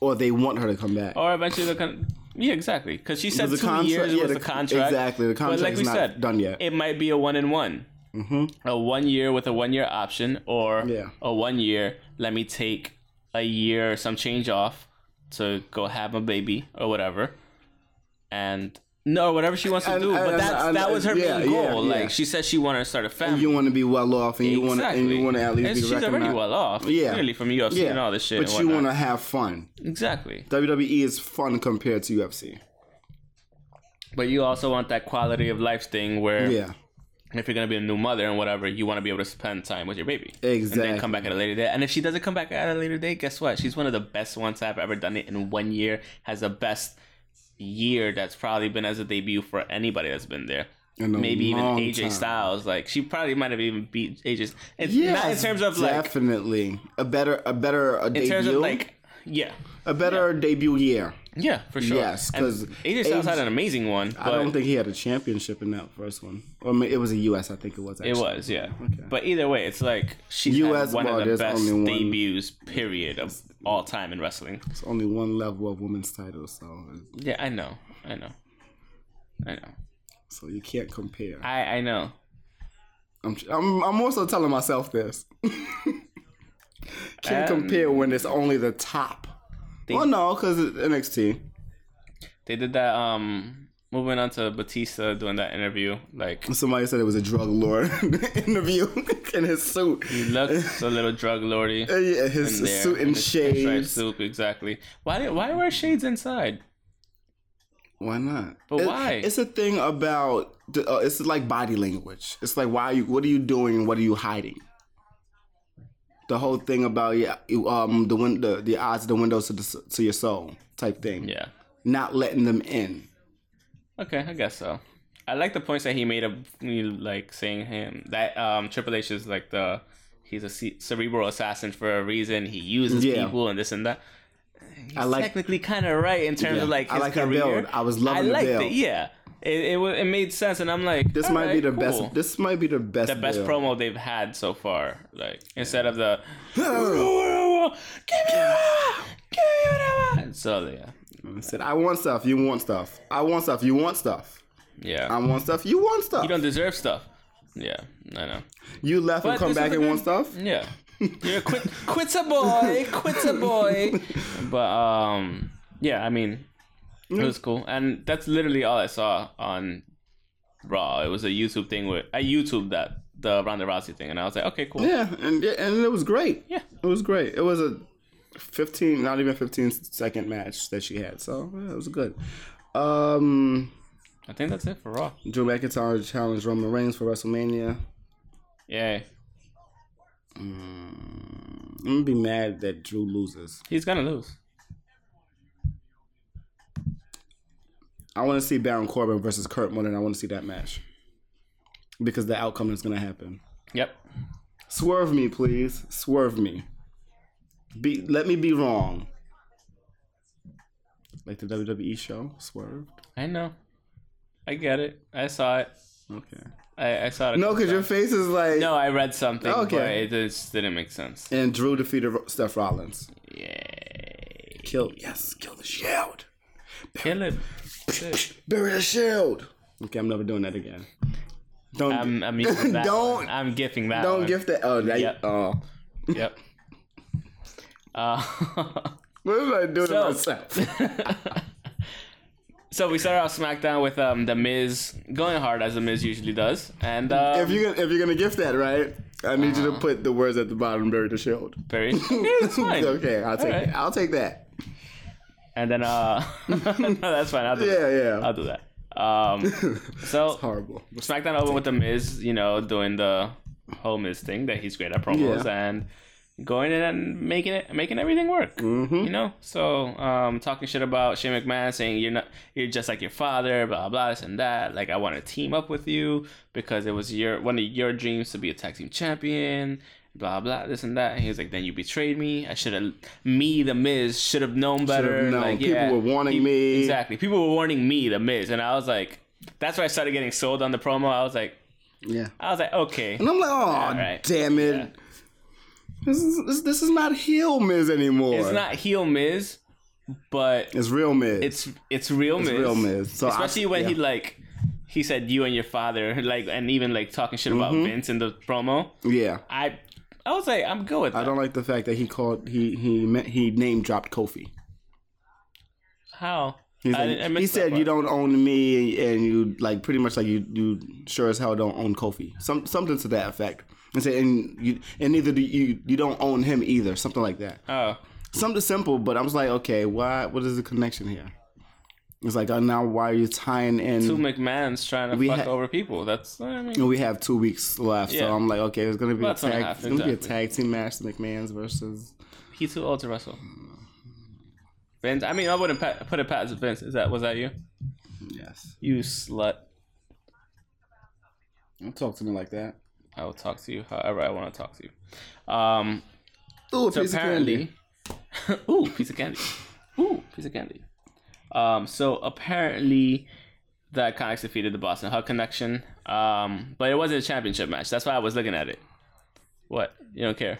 [SPEAKER 2] or they want her to come back.
[SPEAKER 3] Or eventually they'll come. Yeah, exactly. Because she said two
[SPEAKER 2] Because the contract-
[SPEAKER 3] years
[SPEAKER 2] yeah,
[SPEAKER 3] was
[SPEAKER 2] the-
[SPEAKER 3] the, contract.
[SPEAKER 2] exactly, the
[SPEAKER 3] But like
[SPEAKER 2] contract's
[SPEAKER 3] we
[SPEAKER 2] not
[SPEAKER 3] said,
[SPEAKER 2] done yet.
[SPEAKER 3] It might be a one and one. Mm-hmm. A one year with a one year option, or
[SPEAKER 2] Yeah.
[SPEAKER 3] a one year. Let me take a year or some change off to go have a baby or whatever, and no, whatever she wants to
[SPEAKER 2] And-
[SPEAKER 3] do.
[SPEAKER 2] and-
[SPEAKER 3] but that's,
[SPEAKER 2] and-
[SPEAKER 3] that was her
[SPEAKER 2] yeah,
[SPEAKER 3] main
[SPEAKER 2] yeah,
[SPEAKER 3] goal.
[SPEAKER 2] yeah.
[SPEAKER 3] Like she said, she wanted to start a family.
[SPEAKER 2] you want to be well off, and you want to, and
[SPEAKER 3] Exactly.
[SPEAKER 2] you want to at least
[SPEAKER 3] And
[SPEAKER 2] be
[SPEAKER 3] she's
[SPEAKER 2] recognized.
[SPEAKER 3] already well off,
[SPEAKER 2] Yeah.
[SPEAKER 3] clearly from UFC
[SPEAKER 2] yeah,
[SPEAKER 3] and all this shit.
[SPEAKER 2] but
[SPEAKER 3] and
[SPEAKER 2] you
[SPEAKER 3] whatnot.
[SPEAKER 2] want to have fun.
[SPEAKER 3] exactly.
[SPEAKER 2] WWE E is fun compared to UFC.
[SPEAKER 3] But you also want that quality of life thing where
[SPEAKER 2] Yeah,
[SPEAKER 3] if you're gonna be a new mother and whatever, you want to be able to spend time with your baby. And
[SPEAKER 2] Exactly.
[SPEAKER 3] then come back at a later date. And if she doesn't come back at a later date, guess what? She's one of the best ones I've ever done it in one year. Has the best year that's probably been as a debut for anybody that's been there.
[SPEAKER 2] In a
[SPEAKER 3] Maybe even
[SPEAKER 2] long
[SPEAKER 3] AJ
[SPEAKER 2] time.
[SPEAKER 3] Styles. Like she probably might have even beat AJ. It's
[SPEAKER 2] yeah.
[SPEAKER 3] not in terms of like
[SPEAKER 2] definitely a better, a better a
[SPEAKER 3] in
[SPEAKER 2] debut,
[SPEAKER 3] terms of like yeah.
[SPEAKER 2] a better debut year.
[SPEAKER 3] Yeah, for sure.
[SPEAKER 2] Yes,
[SPEAKER 3] And
[SPEAKER 2] 'cause
[SPEAKER 3] AJ Styles
[SPEAKER 2] AJ
[SPEAKER 3] had an amazing one. But
[SPEAKER 2] I don't think he had a championship in that first one. Or I mean, it was a US, I think it was. Actually.
[SPEAKER 3] It was, yeah. But either way, it's like she's
[SPEAKER 2] US
[SPEAKER 3] had one
[SPEAKER 2] well,
[SPEAKER 3] of the
[SPEAKER 2] there's
[SPEAKER 3] best
[SPEAKER 2] only one.
[SPEAKER 3] debuts, period, of all time in wrestling.
[SPEAKER 2] It's only one level of women's titles, so
[SPEAKER 3] Yeah, I know, I know, I know,
[SPEAKER 2] so you can't compare. I,
[SPEAKER 3] I I know.
[SPEAKER 2] am I'm I'm also telling myself this. can't
[SPEAKER 3] Um,
[SPEAKER 2] compare when it's only the top. well, no, because NXT.
[SPEAKER 3] They did that. Um, moving on to Batista doing that interview, like
[SPEAKER 2] Somebody said it was a drug lord interview in his suit.
[SPEAKER 3] he looks a little drug lordy.
[SPEAKER 2] Uh, yeah, his
[SPEAKER 3] in there,
[SPEAKER 2] suit
[SPEAKER 3] in
[SPEAKER 2] and
[SPEAKER 3] his pinstripe
[SPEAKER 2] shades.
[SPEAKER 3] Suit, exactly. Why did- why wear shades inside?
[SPEAKER 2] Why not?
[SPEAKER 3] But
[SPEAKER 2] It-
[SPEAKER 3] why?
[SPEAKER 2] It's a thing about the, uh, it's like body language. It's like why you what are you doing and what are you hiding? The whole thing about yeah, you, um, the win- the the odds, the windows to the, s- to your soul type thing.
[SPEAKER 3] Yeah.
[SPEAKER 2] Not letting them in.
[SPEAKER 3] Okay, I guess so. I like the points that he made of me like saying him that um Triple H is like the he's a ce- cerebral assassin for a reason. He uses
[SPEAKER 2] Yeah.
[SPEAKER 3] people and this and that.
[SPEAKER 2] I
[SPEAKER 3] He's
[SPEAKER 2] like
[SPEAKER 3] technically kind of right in terms
[SPEAKER 2] Yeah.
[SPEAKER 3] of like
[SPEAKER 2] I
[SPEAKER 3] his
[SPEAKER 2] like that
[SPEAKER 3] career.
[SPEAKER 2] build. I was loving
[SPEAKER 3] I
[SPEAKER 2] the
[SPEAKER 3] liked
[SPEAKER 2] build.
[SPEAKER 3] it. Yeah, it it, wa- it made sense, and I'm like
[SPEAKER 2] this
[SPEAKER 3] all
[SPEAKER 2] might be
[SPEAKER 3] right,
[SPEAKER 2] the
[SPEAKER 3] cool.
[SPEAKER 2] best. This might be the best.
[SPEAKER 3] the best
[SPEAKER 2] bill.
[SPEAKER 3] promo they've had so far. Like instead of the give me that, give me that. So yeah,
[SPEAKER 2] I said I want stuff. You want stuff. I want stuff. You want stuff.
[SPEAKER 3] yeah.
[SPEAKER 2] I want stuff. You want stuff.
[SPEAKER 3] you don't deserve stuff. Yeah, I know.
[SPEAKER 2] You left and
[SPEAKER 3] But
[SPEAKER 2] come
[SPEAKER 3] this
[SPEAKER 2] back
[SPEAKER 3] is
[SPEAKER 2] and
[SPEAKER 3] a
[SPEAKER 2] want
[SPEAKER 3] good-
[SPEAKER 2] stuff.
[SPEAKER 3] Yeah. You're a quit quits a boy, quits a boy. But um yeah, I mean it was cool. And that's literally all I saw on Raw. It was a YouTube thing with I YouTube that the Ronda Rousey thing, and I was like, okay, cool.
[SPEAKER 2] Yeah, and yeah, and it was great.
[SPEAKER 3] Yeah.
[SPEAKER 2] it was great. It was a fifteen, not even fifteen second match that she had, so yeah, it was good. Um,
[SPEAKER 3] I think that's it for Raw.
[SPEAKER 2] Drew McIntyre challenged Roman Reigns for WrestleMania.
[SPEAKER 3] Yeah,
[SPEAKER 2] Mm, I'm gonna be mad that Drew loses.
[SPEAKER 3] he's gonna lose.
[SPEAKER 2] I want to see Baron Corbin versus Kurt more than I want to see that match because the outcome is gonna happen.
[SPEAKER 3] Yep.
[SPEAKER 2] Swerve me, please. Swerve me. Be let me be wrong. Like the WWE show, swerved.
[SPEAKER 3] I know. I get it. I saw it.
[SPEAKER 2] Okay.
[SPEAKER 3] I, I saw it. a
[SPEAKER 2] No,
[SPEAKER 3] couple
[SPEAKER 2] because your
[SPEAKER 3] times.
[SPEAKER 2] face is like.
[SPEAKER 3] No, I read something.
[SPEAKER 2] Okay.
[SPEAKER 3] But it just didn't make sense.
[SPEAKER 2] And Drew defeated Ro- Steph Rollins.
[SPEAKER 3] Yay.
[SPEAKER 2] Kill. Yes, kill the shield.
[SPEAKER 3] Kill it. Shit.
[SPEAKER 2] Bury the shield. Okay, I'm never doing that again. Don't.
[SPEAKER 3] I'm, I'm using that.
[SPEAKER 2] Don't-
[SPEAKER 3] one. I'm gifting that.
[SPEAKER 2] don't
[SPEAKER 3] one.
[SPEAKER 2] gift that. Oh, that,
[SPEAKER 3] Yep.
[SPEAKER 2] oh.
[SPEAKER 3] Yep. Uh,
[SPEAKER 2] What am I doing
[SPEAKER 3] So-
[SPEAKER 2] to myself?
[SPEAKER 3] so we started off SmackDown with um, the Miz going hard as the Miz usually does, and
[SPEAKER 2] if
[SPEAKER 3] um,
[SPEAKER 2] you if you're gonna gift that, right? I need you to put the words at the bottom. Bury the shield.
[SPEAKER 3] very yeah, that's fine.
[SPEAKER 2] okay, I'll take
[SPEAKER 3] Alright.
[SPEAKER 2] that. I'll take that.
[SPEAKER 3] And then uh, no, that's fine. I'll do
[SPEAKER 2] Yeah,
[SPEAKER 3] that.
[SPEAKER 2] yeah.
[SPEAKER 3] I'll do that. Um, so
[SPEAKER 2] Horrible.
[SPEAKER 3] SmackDown opened with the Miz, you know, doing the whole Miz thing that he's great at promos and going in and making it making everything work.
[SPEAKER 2] Mm-hmm.
[SPEAKER 3] You know, so um, talking shit about Shane McMahon saying you're not you're just like your father, blah blah this and that. Like I want to team up with you because it was your one of your dreams to be a tag team champion. Blah blah this and that. And he was like, then you betrayed me. I should have me the Miz should have known better.
[SPEAKER 2] known.
[SPEAKER 3] Like,
[SPEAKER 2] People
[SPEAKER 3] yeah.
[SPEAKER 2] were warning me.
[SPEAKER 3] Exactly. People were warning me the Miz, and I was like, that's where I started getting sold on the promo. I was like.
[SPEAKER 2] Yeah.
[SPEAKER 3] I was like, okay.
[SPEAKER 2] And I'm like, oh,
[SPEAKER 3] right.
[SPEAKER 2] damn it.
[SPEAKER 3] Yeah.
[SPEAKER 2] This, is, this, this is not heel Miz anymore.
[SPEAKER 3] It's not heel Miz, but
[SPEAKER 2] It's real Miz.
[SPEAKER 3] it's it's real Miz.
[SPEAKER 2] real Miz. So I-
[SPEAKER 3] Especially when
[SPEAKER 2] yeah.
[SPEAKER 3] he like he said you and your father like and even like talking shit about
[SPEAKER 2] Mm-hmm.
[SPEAKER 3] Vince in the promo.
[SPEAKER 2] yeah.
[SPEAKER 3] I I was like, I'm good with that.
[SPEAKER 2] I don't like the fact that he called he he met, he name dropped Kofi.
[SPEAKER 3] How?
[SPEAKER 2] He's
[SPEAKER 3] I
[SPEAKER 2] like-
[SPEAKER 3] didn't- I
[SPEAKER 2] he
[SPEAKER 3] missed that
[SPEAKER 2] said you
[SPEAKER 3] part.
[SPEAKER 2] don't own me and you like pretty much like you you sure as hell don't own Kofi. Some something to that effect. And say and you and neither do you you don't own him either. Something like that.
[SPEAKER 3] Oh.
[SPEAKER 2] Something simple, but I was like, okay, why? What is the connection here? It's like oh, now why are you tying in?
[SPEAKER 3] Two McMahon's trying to
[SPEAKER 2] Mm. We
[SPEAKER 3] fuck
[SPEAKER 2] ha- Mm.
[SPEAKER 3] over people. That's I mean
[SPEAKER 2] And we have two weeks left, so
[SPEAKER 3] Yeah.
[SPEAKER 2] I'm like, okay, it's gonna be
[SPEAKER 3] Well,
[SPEAKER 2] a
[SPEAKER 3] that's gonna
[SPEAKER 2] tag.
[SPEAKER 3] happen,
[SPEAKER 2] it's gonna be a
[SPEAKER 3] exactly.
[SPEAKER 2] tag team match, the McMahon's versus.
[SPEAKER 3] he too old to wrestle. Vince I mean I wouldn't pa- put it past Vince. Is that was that you?
[SPEAKER 2] Yes,
[SPEAKER 3] You slut.
[SPEAKER 2] don't talk to me like that.
[SPEAKER 3] I will talk to you however I want to talk to you. Um
[SPEAKER 2] Ooh,
[SPEAKER 3] So
[SPEAKER 2] piece of
[SPEAKER 3] apparently,
[SPEAKER 2] candy.
[SPEAKER 3] ooh, piece of candy, ooh, piece of candy. Um, so apparently, the Iconics defeated the Boston Hug Connection. Um, but it wasn't a championship match. That's why I was looking at it. What? You don't care?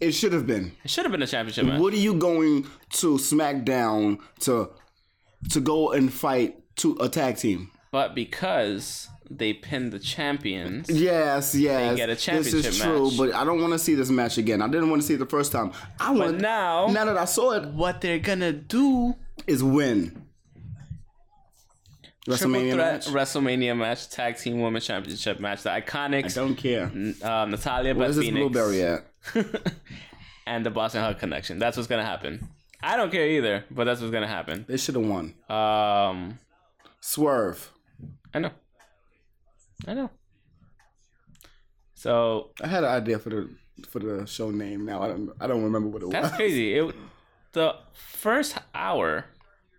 [SPEAKER 2] It should have been.
[SPEAKER 3] It should have been a championship match.
[SPEAKER 2] What are you going to SmackDown to to go and fight to a tag team?
[SPEAKER 3] But because they pinned the champions,
[SPEAKER 2] Yes, yes.
[SPEAKER 3] get a
[SPEAKER 2] this is
[SPEAKER 3] championship
[SPEAKER 2] true,
[SPEAKER 3] match.
[SPEAKER 2] but I don't want to see this match again. I didn't want to see it the first time. I
[SPEAKER 3] but
[SPEAKER 2] want now,
[SPEAKER 3] now
[SPEAKER 2] now that I saw it
[SPEAKER 3] what they're gonna do?
[SPEAKER 2] is win.
[SPEAKER 3] Triple
[SPEAKER 2] WrestleMania
[SPEAKER 3] threat
[SPEAKER 2] match.
[SPEAKER 3] WrestleMania match, tag team women's championship match, the
[SPEAKER 2] I
[SPEAKER 3] Iconics,
[SPEAKER 2] don't care.
[SPEAKER 3] uh, Natalia, but
[SPEAKER 2] Where's this
[SPEAKER 3] Phoenix.
[SPEAKER 2] blueberry at?
[SPEAKER 3] and the Boston Hug connection. That's what's gonna happen. I don't care either, but that's what's gonna happen.
[SPEAKER 2] They should have won.
[SPEAKER 3] Um,
[SPEAKER 2] Swerve.
[SPEAKER 3] I know, I know. So
[SPEAKER 2] I had an idea for the for the show name. Now I don't I don't remember what it
[SPEAKER 3] that's
[SPEAKER 2] was.
[SPEAKER 3] crazy. It the first hour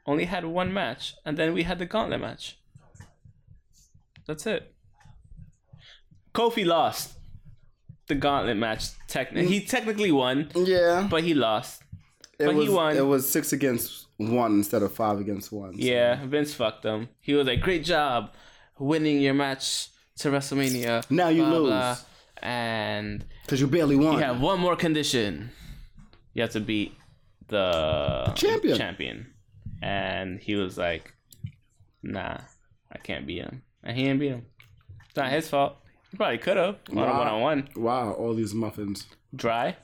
[SPEAKER 3] only had one match, and then we had the gauntlet match. That's it. Kofi lost the gauntlet match. Technically, he technically won,
[SPEAKER 2] Yeah,
[SPEAKER 3] but he lost.
[SPEAKER 2] it
[SPEAKER 3] but he
[SPEAKER 2] was,
[SPEAKER 3] won.
[SPEAKER 2] It was six against one instead of five against one. so-
[SPEAKER 3] Yeah, Vince fucked him. He was like, "Great job, winning your match to WrestleMania."
[SPEAKER 2] Now you
[SPEAKER 3] blah,
[SPEAKER 2] lose.
[SPEAKER 3] blah, and
[SPEAKER 2] Cause you barely won.
[SPEAKER 3] you have one more condition: you have to beat the
[SPEAKER 2] Champion.
[SPEAKER 3] Champion, and he was like, "Nah, I can't beat him," and he didn't beat him. It's not his fault. He probably could have won
[SPEAKER 2] Wow.
[SPEAKER 3] one on one.
[SPEAKER 2] Wow, all these muffins.
[SPEAKER 3] Dry,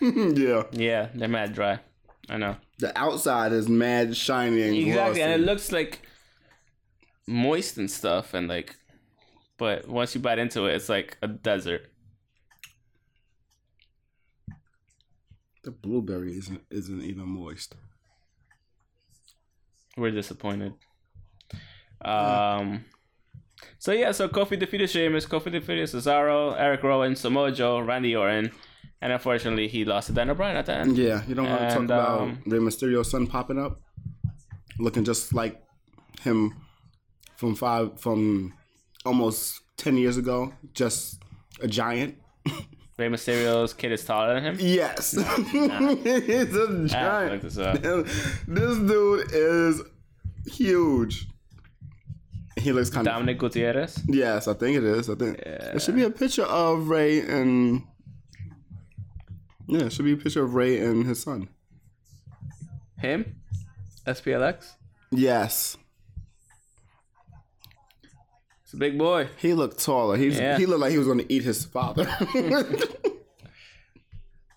[SPEAKER 2] yeah,
[SPEAKER 3] yeah, they're mad dry. I know
[SPEAKER 2] the outside is mad shiny and
[SPEAKER 3] exactly,
[SPEAKER 2] glossy.
[SPEAKER 3] and it looks like moist and stuff, and like, but once you bite into it, it's like a desert.
[SPEAKER 2] The blueberry isn't isn't even moist.
[SPEAKER 3] We're disappointed. Um. So yeah, so Kofi defeated Sheamus, Kofi defeated Cesaro, Eric Rowan, Samoa Joe, Randy Orton, and unfortunately he lost to Dan O'Brien at the end.
[SPEAKER 2] Yeah, you don't want to talk
[SPEAKER 3] And,
[SPEAKER 2] about
[SPEAKER 3] um,
[SPEAKER 2] Rey Mysterio's son popping up, looking just like him from five from almost ten years ago, just a giant.
[SPEAKER 3] Rey Mysterio's kid is taller than him.
[SPEAKER 2] Yes, he's a
[SPEAKER 3] I have to look
[SPEAKER 2] giant.
[SPEAKER 3] this up.
[SPEAKER 2] This dude is huge. He looks kind of
[SPEAKER 3] Dominic Gutierrez.
[SPEAKER 2] yes, I think it is. I think there should be a picture of Ray and yeah, it should be a picture of Ray and his son.
[SPEAKER 3] Him? SPLX?
[SPEAKER 2] Yes.
[SPEAKER 3] It's a big boy.
[SPEAKER 2] He looked taller. He's,
[SPEAKER 3] Yeah.
[SPEAKER 2] He looked like he was going to eat his father.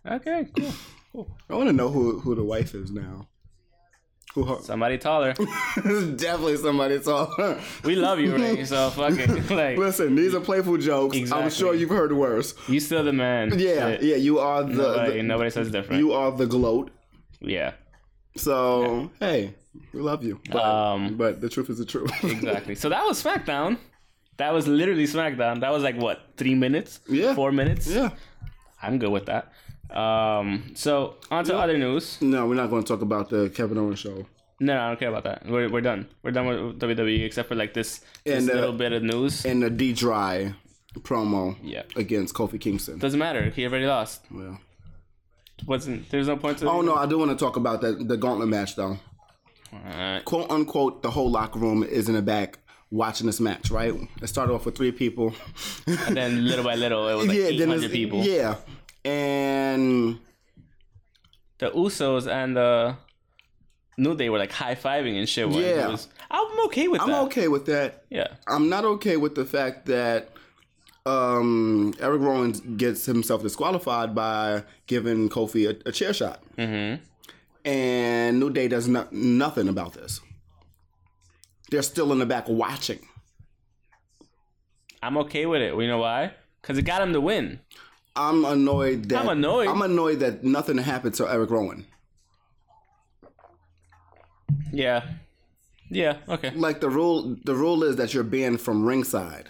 [SPEAKER 2] I
[SPEAKER 3] Okay, cool.
[SPEAKER 2] want to know who, who the wife is now. Who her,
[SPEAKER 3] Somebody taller.
[SPEAKER 2] definitely somebody taller.
[SPEAKER 3] We love you, Ray, so fuck it. Like
[SPEAKER 2] Listen, these are playful jokes. I'm
[SPEAKER 3] Exactly.
[SPEAKER 2] sure you've heard worse.
[SPEAKER 3] you still the man.
[SPEAKER 2] Yeah,
[SPEAKER 3] Shit.
[SPEAKER 2] yeah. You are the,
[SPEAKER 3] Nobody,
[SPEAKER 2] the-
[SPEAKER 3] nobody says different.
[SPEAKER 2] you are the gloat.
[SPEAKER 3] yeah.
[SPEAKER 2] So hey, we love you. But,
[SPEAKER 3] Um,
[SPEAKER 2] but the truth is the truth.
[SPEAKER 3] Exactly. So that was SmackDown. That was literally SmackDown. That was like what three minutes?
[SPEAKER 2] Yeah.
[SPEAKER 3] Four minutes.
[SPEAKER 2] yeah.
[SPEAKER 3] I'm good with that. Um. So on to other news.
[SPEAKER 2] No, we're not going to talk about the Kevin Owens show.
[SPEAKER 3] No, no, I don't care about that. We're, we're done. We're done with WWE except for like this, this
[SPEAKER 2] And, uh,
[SPEAKER 3] little bit of news.
[SPEAKER 2] And the D Dry promo
[SPEAKER 3] Yeah.
[SPEAKER 2] against Kofi Kingston.
[SPEAKER 3] Doesn't matter. He already lost.
[SPEAKER 2] well.
[SPEAKER 3] Wasn't there's no point to.
[SPEAKER 2] Oh no, I do want to talk about that the gauntlet match though.
[SPEAKER 3] Alright.
[SPEAKER 2] Quote unquote, the whole locker room is in the back watching this match, right? It started off with three people.
[SPEAKER 3] And then little by little, it was like
[SPEAKER 2] then it's-
[SPEAKER 3] 800 people.
[SPEAKER 2] Yeah, and
[SPEAKER 3] The Usos and the New Day were like high fiving and shit. when it
[SPEAKER 2] Yeah.
[SPEAKER 3] was- I'm okay with
[SPEAKER 2] I'm
[SPEAKER 3] that.
[SPEAKER 2] okay with that.
[SPEAKER 3] Yeah.
[SPEAKER 2] I'm not okay with the fact that um, Eric Rowan gets himself disqualified by giving Kofi a, a chair shot,
[SPEAKER 3] Mm-hmm.
[SPEAKER 2] and New Day does not nothing about this. They're still in the back watching.
[SPEAKER 3] I'm okay with it. You know why? Because it got him to win.
[SPEAKER 2] I'm annoyed that
[SPEAKER 3] I'm annoyed.
[SPEAKER 2] I'm annoyed that nothing happened to Eric Rowan.
[SPEAKER 3] Yeah. Yeah. Okay.
[SPEAKER 2] Like the rule, the rule is that you're banned from ringside.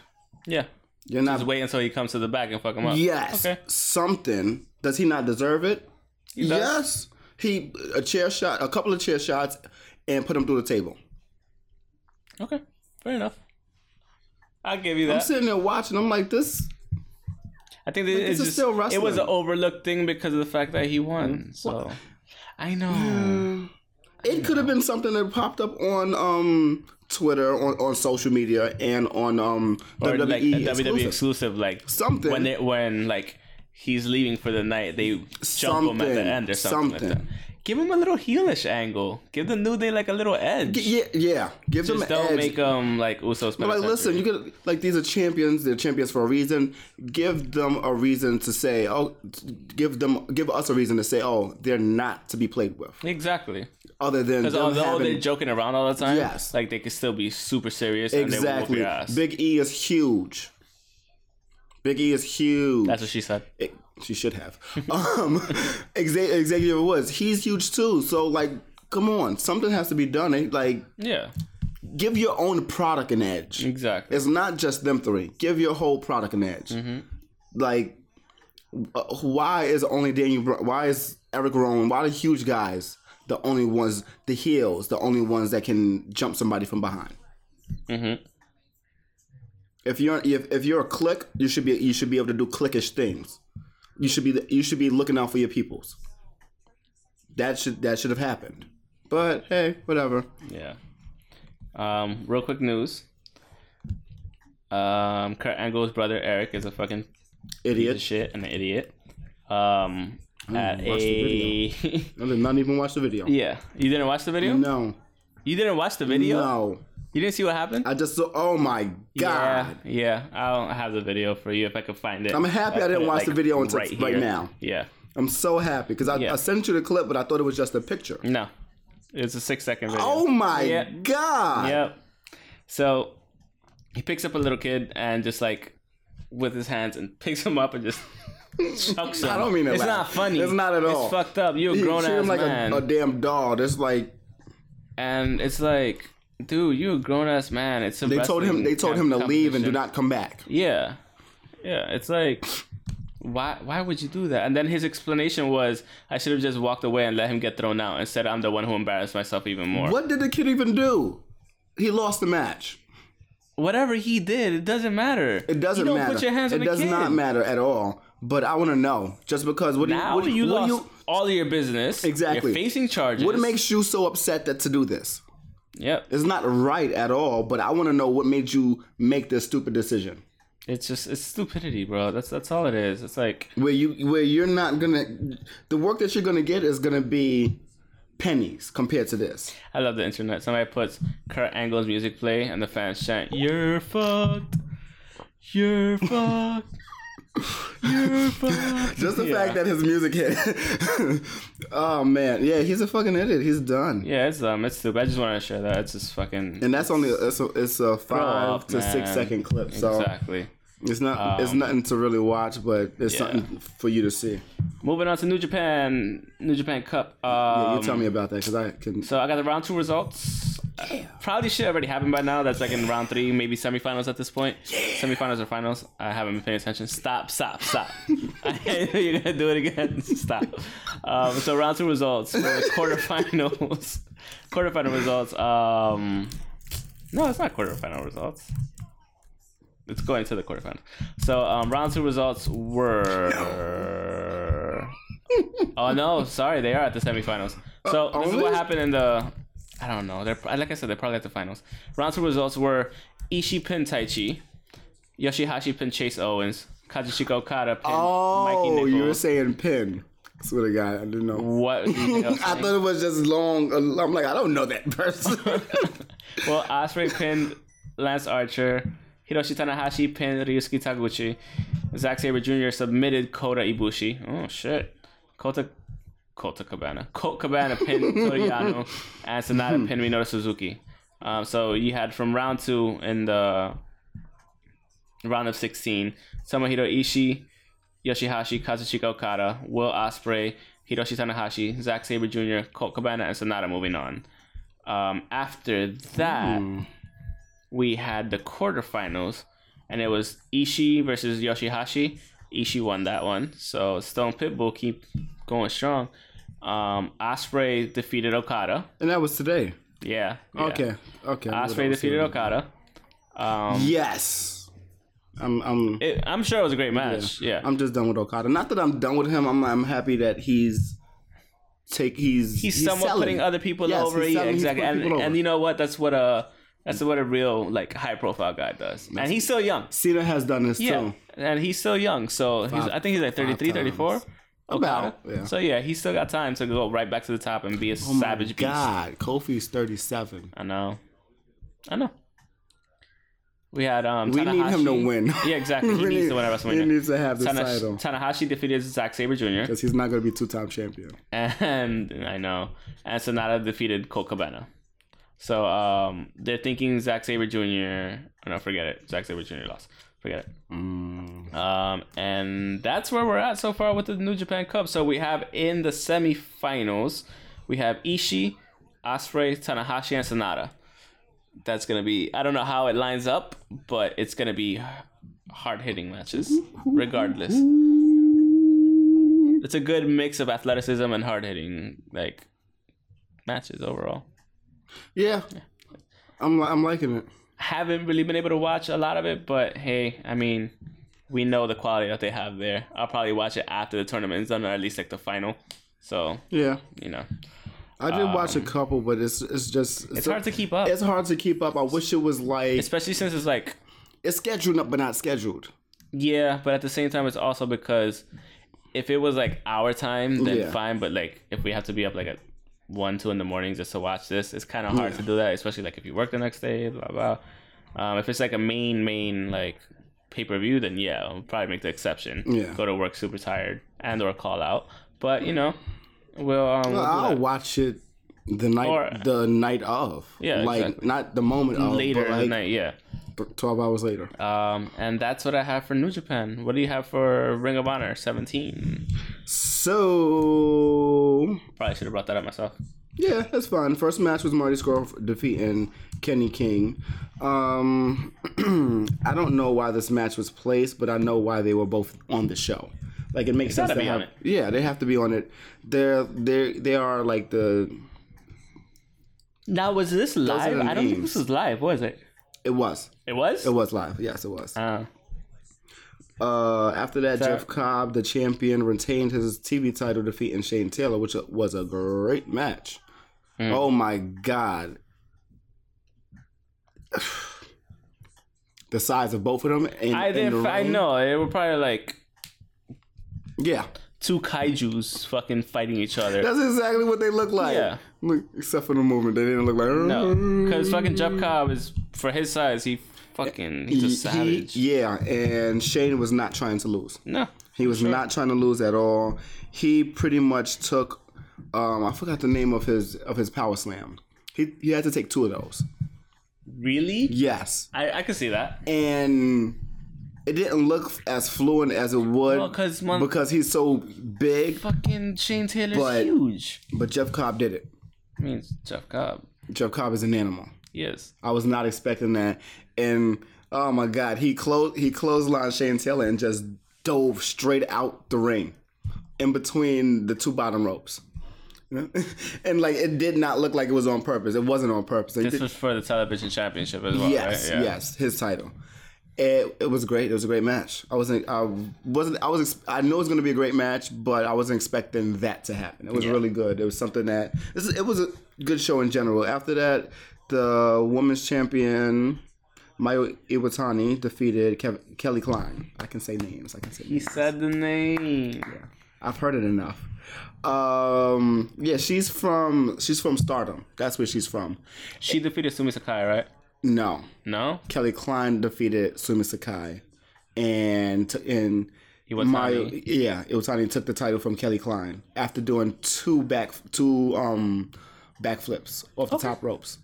[SPEAKER 3] Yeah.
[SPEAKER 2] You're
[SPEAKER 3] Just
[SPEAKER 2] not.
[SPEAKER 3] wait until he comes to the back and fuck him up.
[SPEAKER 2] Yes,
[SPEAKER 3] Okay.
[SPEAKER 2] something. Does he not deserve it?
[SPEAKER 3] does.
[SPEAKER 2] Yes, he a chair shot, a couple of chair shots, and put him through the table.
[SPEAKER 3] Okay. Fair enough. I'll give you
[SPEAKER 2] I'm
[SPEAKER 3] that.
[SPEAKER 2] sitting there watching. I'm like, this.
[SPEAKER 3] I think it,
[SPEAKER 2] this
[SPEAKER 3] it's
[SPEAKER 2] is
[SPEAKER 3] just,
[SPEAKER 2] still
[SPEAKER 3] it was
[SPEAKER 2] wrestling.
[SPEAKER 3] an overlooked thing because of the fact that he won. So I know.
[SPEAKER 2] It could have been something that popped up on um Twitter, on, on social media, and on um
[SPEAKER 3] Or
[SPEAKER 2] WWE,
[SPEAKER 3] like a E
[SPEAKER 2] exclusive.
[SPEAKER 3] WWE exclusive, like
[SPEAKER 2] Something.
[SPEAKER 3] when they, when like he's leaving for the night, they jump him at the
[SPEAKER 2] Something.
[SPEAKER 3] end or something. Like that.
[SPEAKER 2] Something.
[SPEAKER 3] Give him a little heelish angle. Give the new day like a little edge.
[SPEAKER 2] Yeah, yeah. Give them
[SPEAKER 3] Just
[SPEAKER 2] an
[SPEAKER 3] don't
[SPEAKER 2] edge.
[SPEAKER 3] make um like Usos.
[SPEAKER 2] But like, listen, you could like these are champions. They're champions for a reason. Give them a reason to say, oh, give them, give us a reason to say, oh, they're not to be played with.
[SPEAKER 3] exactly.
[SPEAKER 2] Other than
[SPEAKER 3] Because
[SPEAKER 2] them
[SPEAKER 3] although they're
[SPEAKER 2] having,
[SPEAKER 3] joking around all the time,
[SPEAKER 2] Yes.
[SPEAKER 3] like they could still be super serious and they will whoop
[SPEAKER 2] exactly,
[SPEAKER 3] your ass.
[SPEAKER 2] Big E is huge. Big E is huge.
[SPEAKER 3] That's what she said.
[SPEAKER 2] It- she should have. um, Exa- Xavier Woods, he's huge too. So like, come on, something has to be done. eh? Like,
[SPEAKER 3] Yeah,
[SPEAKER 2] give your own product an edge.
[SPEAKER 3] exactly.
[SPEAKER 2] It's not just them three. Give your whole product an edge.
[SPEAKER 3] Mm-hmm.
[SPEAKER 2] Like, uh, why is only Daniel? Br- Why is Eric Rowan? Why the huge guys the only ones? The heels, the only ones that can jump somebody from behind.
[SPEAKER 3] Mhm.
[SPEAKER 2] If you're if, if you're a click, you should be you should be able to do clickish things. You should be the, you should be looking out for your peoples. That should that should have happened. But hey, whatever.
[SPEAKER 3] Yeah. Um, real quick news. Um, Kurt Angle's brother Eric is a fucking piece of
[SPEAKER 2] Idiot.
[SPEAKER 3] shit and an idiot. Um, at
[SPEAKER 2] watch the
[SPEAKER 3] a
[SPEAKER 2] I did not even watch the video.
[SPEAKER 3] yeah, you didn't watch the video.
[SPEAKER 2] No.
[SPEAKER 3] You didn't watch the video.
[SPEAKER 2] No.
[SPEAKER 3] You didn't see what happened.
[SPEAKER 2] I just saw. Oh my god!
[SPEAKER 3] Yeah, yeah. I don't have the video for you if I could find it.
[SPEAKER 2] I'm happy I
[SPEAKER 3] I'll
[SPEAKER 2] didn't
[SPEAKER 3] put it,
[SPEAKER 2] watch the video until right
[SPEAKER 3] here.
[SPEAKER 2] now.
[SPEAKER 3] Yeah.
[SPEAKER 2] I'm so happy because I,
[SPEAKER 3] Yeah.
[SPEAKER 2] I sent you the clip, but I thought it was just a picture.
[SPEAKER 3] No. It's a six second video.
[SPEAKER 2] Oh my
[SPEAKER 3] Yeah.
[SPEAKER 2] god!
[SPEAKER 3] Yep. So he picks up a little kid and just like with his hands and picks him up and just chucks him.
[SPEAKER 2] I don't mean to
[SPEAKER 3] It's
[SPEAKER 2] laugh.
[SPEAKER 3] not funny.
[SPEAKER 2] It's not at all.
[SPEAKER 3] It's fucked up. You're a
[SPEAKER 2] You
[SPEAKER 3] grown
[SPEAKER 2] treat
[SPEAKER 3] ass
[SPEAKER 2] him like
[SPEAKER 3] man,
[SPEAKER 2] a, a damn doll. That's like
[SPEAKER 3] and it's like, dude, you're a grown ass man. It's a
[SPEAKER 2] they told him.
[SPEAKER 3] wrestling
[SPEAKER 2] They told him to leave and do
[SPEAKER 3] competition.
[SPEAKER 2] not come back.
[SPEAKER 3] Yeah, yeah. It's like, why? Why would you do that? And then his explanation was, I should have just walked away and let him get thrown out. Instead, I'm the one who embarrassed myself even more.
[SPEAKER 2] What did the kid even do? He lost the match.
[SPEAKER 3] Whatever he did, it doesn't matter.
[SPEAKER 2] It doesn't
[SPEAKER 3] you don't
[SPEAKER 2] matter.
[SPEAKER 3] Put your hands
[SPEAKER 2] it
[SPEAKER 3] on the
[SPEAKER 2] does
[SPEAKER 3] kid.
[SPEAKER 2] not matter at all. But I want to know, just because what do you,
[SPEAKER 3] Now
[SPEAKER 2] what, do
[SPEAKER 3] you
[SPEAKER 2] what
[SPEAKER 3] lost
[SPEAKER 2] do
[SPEAKER 3] all your business.
[SPEAKER 2] Exactly.
[SPEAKER 3] You're facing charges.
[SPEAKER 2] you what makes you so upset that to do this?
[SPEAKER 3] Yep.
[SPEAKER 2] It's not right at all. But I want to know what made you make this stupid decision.
[SPEAKER 3] It's just it's stupidity, bro. That's that's all it is. It's like
[SPEAKER 2] where you where you're not gonna the work that you're gonna get is gonna be pennies compared to this.
[SPEAKER 3] I love the internet. Somebody puts Kurt Angle's music play and the fans chant, "You're fucked. You're fucked. You're fucked."
[SPEAKER 2] Just the
[SPEAKER 3] Yeah.
[SPEAKER 2] fact that his music hit. oh man, yeah, he's a fucking idiot. He's done.
[SPEAKER 3] Yeah, it's um, it's stupid. I just want to share that. It's just fucking
[SPEAKER 2] And that's only it's a, it's a five
[SPEAKER 3] up,
[SPEAKER 2] to six
[SPEAKER 3] man.
[SPEAKER 2] second clip. So
[SPEAKER 3] exactly. Um,
[SPEAKER 2] it's not it's nothing to really watch, but it's
[SPEAKER 3] yeah.
[SPEAKER 2] something for you to see.
[SPEAKER 3] Moving on to New Japan, New Japan Cup. Um,
[SPEAKER 2] Yeah, you tell me about that because I can.
[SPEAKER 3] So I got the round two results. Uh, Probably should already happened by now. That's like in round three, maybe semifinals at this point. Semifinals or finals. I haven't been paying attention. Stop, stop, stop. I know you're gonna do it again. Stop. Um, so round two results for the quarterfinals. quarterfinal results. Um, no, it's not quarterfinal results. It's going to the quarterfinals. So um, round two results were. oh no! Sorry, they are at the semifinals. So this is
[SPEAKER 2] only?
[SPEAKER 3] what happened in the. I don't know. They're like I said, they're probably at the finals. Round two results were Ishii pin Taichi, Yoshihashi pin Chase Owens, Kazuchika Okada pin
[SPEAKER 2] Oh,
[SPEAKER 3] Mikey
[SPEAKER 2] you were
[SPEAKER 3] Nichols.
[SPEAKER 2] saying pin. Swear to God, I didn't know.
[SPEAKER 3] What? do you think I was
[SPEAKER 2] I
[SPEAKER 3] saying?
[SPEAKER 2] thought it was just long. I'm like, I don't know that person.
[SPEAKER 3] Well, Osprey pinned Lance Archer. Hiroshi Tanahashi pinned Ryusuke Taguchi. Zack Sabre Jr. submitted Kota Ibushi. Oh shit. Kota Kota Cabana. Colt Cabana pinned Toriano. and Sonata pinned Minoru Suzuki. Um, so you had from round two in the round of 16, Tomohiro Ishii, Yoshihashi, Kazuchika Okada, Will Osprey, Hiroshi Tanahashi, Zack Sabre Jr., Colt Cabana, and Sonata moving on. Um, after that,
[SPEAKER 2] Hmm.
[SPEAKER 3] we had the quarterfinals, and it was Ishii versus Yoshihashi. Ishii won that one, so Stone Pitbull keep going strong. Um, Osprey defeated Okada.
[SPEAKER 2] and that was today.
[SPEAKER 3] Yeah. yeah.
[SPEAKER 2] Okay. Okay.
[SPEAKER 3] Osprey defeated Okada. Um,
[SPEAKER 2] Yes. I'm. I'm.
[SPEAKER 3] it, I'm sure it was a great match. Yeah.
[SPEAKER 2] I'm just done with Okada. Not that I'm done with him. I'm. I'm happy that he's take. He's.
[SPEAKER 3] he's, somewhat
[SPEAKER 2] selling.
[SPEAKER 3] putting other people
[SPEAKER 2] Yes,
[SPEAKER 3] over.
[SPEAKER 2] he's
[SPEAKER 3] yeah,
[SPEAKER 2] selling- he's
[SPEAKER 3] exactly.
[SPEAKER 2] putting
[SPEAKER 3] And,
[SPEAKER 2] people
[SPEAKER 3] and
[SPEAKER 2] over.
[SPEAKER 3] you know what? That's what a that's what a real like high profile guy does. And he's still young.
[SPEAKER 2] Cena has done this
[SPEAKER 3] Yeah,
[SPEAKER 2] too.
[SPEAKER 3] and he's still young. So he's, I think he's like 33, 34.
[SPEAKER 2] About,
[SPEAKER 3] Okada.
[SPEAKER 2] yeah.
[SPEAKER 3] So yeah, he's still got time to go right back to the top and be a
[SPEAKER 2] Oh my
[SPEAKER 3] savage beast.
[SPEAKER 2] God, Kofi's 37.
[SPEAKER 3] I know. I know. We had um.
[SPEAKER 2] We need him to
[SPEAKER 3] Tanahashi-
[SPEAKER 2] win.
[SPEAKER 3] Yeah, exactly. He
[SPEAKER 2] We
[SPEAKER 3] needs
[SPEAKER 2] need-
[SPEAKER 3] to win at WrestleMania.
[SPEAKER 2] He needs to have the
[SPEAKER 3] Tanahashi-
[SPEAKER 2] title
[SPEAKER 3] Tanahashi defeated Zack Saber Jr.
[SPEAKER 2] because he's not going to be two time champion.
[SPEAKER 3] and I know, and Sonata defeated Colt Cabana. So um, they're thinking Zack Saber Jr. Oh, no, forget it. Zack Saber Jr. lost. Forget it. Um, and that's where we're at so far with the New Japan Cup. So we have in the semifinals, we have Ishii, Osprey, Tanahashi, and Sonata. That's gonna be. I don't know how it lines up, but it's gonna be hard hitting matches, regardless it's a good mix of athleticism and hard hitting like matches overall.
[SPEAKER 2] Yeah. I'm. li- I'm liking it.
[SPEAKER 3] Haven't really been able to watch a lot of it, but hey, I mean, we know the quality that they have there. I'll probably watch it after the tournament is done, or at least like the final. So
[SPEAKER 2] Yeah.
[SPEAKER 3] you know,
[SPEAKER 2] I did watch a couple, but it's. It's just.
[SPEAKER 3] Um, it's hard to keep up,
[SPEAKER 2] It's hard to keep up. I wish it was like
[SPEAKER 3] especially since it's like
[SPEAKER 2] it's scheduled up, but not scheduled.
[SPEAKER 3] yeah, but at the same time, it's also because if it was like our time, then
[SPEAKER 2] Yeah.
[SPEAKER 3] fine. But like if we have to be up like at one, two in the morning just to watch this, it's kind of hard to do that, especially like if you work the next day, blah blah. Um, if it's like a main main like pay per view, then yeah, I'll probably make the exception.
[SPEAKER 2] Yeah.
[SPEAKER 3] Go to work super tired and or call out, but you know, we'll um, we'll do
[SPEAKER 2] I'll
[SPEAKER 3] that.
[SPEAKER 2] watch it the night
[SPEAKER 3] Or-
[SPEAKER 2] the night of.
[SPEAKER 3] Yeah,
[SPEAKER 2] like
[SPEAKER 3] exactly.
[SPEAKER 2] not the moment of,
[SPEAKER 3] later
[SPEAKER 2] but
[SPEAKER 3] in the
[SPEAKER 2] like
[SPEAKER 3] night. Yeah.
[SPEAKER 2] th- twelve hours later.
[SPEAKER 3] Um, and that's what I have for New Japan. What do you have for Ring of Honor 17?
[SPEAKER 2] So
[SPEAKER 3] Probably should have brought that up myself.
[SPEAKER 2] yeah, that's fine. First match was Marty Scurll defeating Kenny King. Um, I don't know why this match was placed, but I know why they were both on the show. Like it makes
[SPEAKER 3] They
[SPEAKER 2] sense
[SPEAKER 3] gotta
[SPEAKER 2] to
[SPEAKER 3] be
[SPEAKER 2] have.
[SPEAKER 3] on it.
[SPEAKER 2] Yeah, they have to be on it. They're they they are like the
[SPEAKER 3] Now, was this
[SPEAKER 2] are
[SPEAKER 3] live?
[SPEAKER 2] the
[SPEAKER 3] I don't think
[SPEAKER 2] names.
[SPEAKER 3] this was live, was it?
[SPEAKER 2] it was
[SPEAKER 3] It was?
[SPEAKER 2] it was live. Yes, it was.
[SPEAKER 3] Uh,
[SPEAKER 2] Uh, after that,
[SPEAKER 3] Sorry.
[SPEAKER 2] Jeff Cobb, the champion, retained his TV title, defeating Shane Taylor, which was a great match.
[SPEAKER 3] Mm.
[SPEAKER 2] Oh my God. the size of both of them. And,
[SPEAKER 3] I,
[SPEAKER 2] and
[SPEAKER 3] didn't,
[SPEAKER 2] the
[SPEAKER 3] I
[SPEAKER 2] ring.
[SPEAKER 3] know. They were probably like
[SPEAKER 2] Yeah.
[SPEAKER 3] two kaijus fucking fighting each other.
[SPEAKER 2] That's exactly what they look like.
[SPEAKER 3] Yeah.
[SPEAKER 2] Look, except for the movement. They didn't look like.
[SPEAKER 3] No, because fucking Jeff Cobb is for his size. He fucking he's a
[SPEAKER 2] He-
[SPEAKER 3] savage.
[SPEAKER 2] he- yeah, and Shane was not trying to lose.
[SPEAKER 3] no,
[SPEAKER 2] He was not trying to lose at all. He pretty much took um I forgot the name of his of his power slam. He he had to take two of those.
[SPEAKER 3] really?
[SPEAKER 2] Yes.
[SPEAKER 3] I I can see that.
[SPEAKER 2] And it didn't look as fluent as it would
[SPEAKER 3] Well, 'cause one-
[SPEAKER 2] because he's so big,
[SPEAKER 3] Fucking Shane Taylor's
[SPEAKER 2] But-
[SPEAKER 3] huge.
[SPEAKER 2] but Jeff Cobb did it.
[SPEAKER 3] I mean, it's Jeff Cobb.
[SPEAKER 2] Jeff Cobb is an animal.
[SPEAKER 3] Yes.
[SPEAKER 2] I was not expecting that. And oh my god, he closed he clotheslined Shane Taylor and just dove straight out the ring in between the two bottom ropes. and like it did not look like it was on purpose. It wasn't on purpose. It
[SPEAKER 3] This
[SPEAKER 2] did-
[SPEAKER 3] was for the television championship as well.
[SPEAKER 2] yes,
[SPEAKER 3] right? Yeah.
[SPEAKER 2] yes, his title. It, it was great. It was a great match. I wasn't. I wasn't. I was. ex- I know it's going to be a great match, but I wasn't expecting that to happen. It was really good. It was something that. This is, it was a good show in general. After that, the women's champion Mayu Iwatani defeated Kev- Kelly Klein. I can say names. I can say.
[SPEAKER 3] He
[SPEAKER 2] Names.
[SPEAKER 3] said the name.
[SPEAKER 2] I've heard it enough. Um. Yeah, she's from. She's from Stardom. That's where she's from.
[SPEAKER 3] She defeated Sumi Sakai, right?
[SPEAKER 2] No.
[SPEAKER 3] No,
[SPEAKER 2] Kelly Klein defeated Sumi Sakai, and t- and
[SPEAKER 3] he was
[SPEAKER 2] my
[SPEAKER 3] Mayu.
[SPEAKER 2] yeah, Iwatani took the title from Kelly Klein after doing two back two um backflips off the top ropes,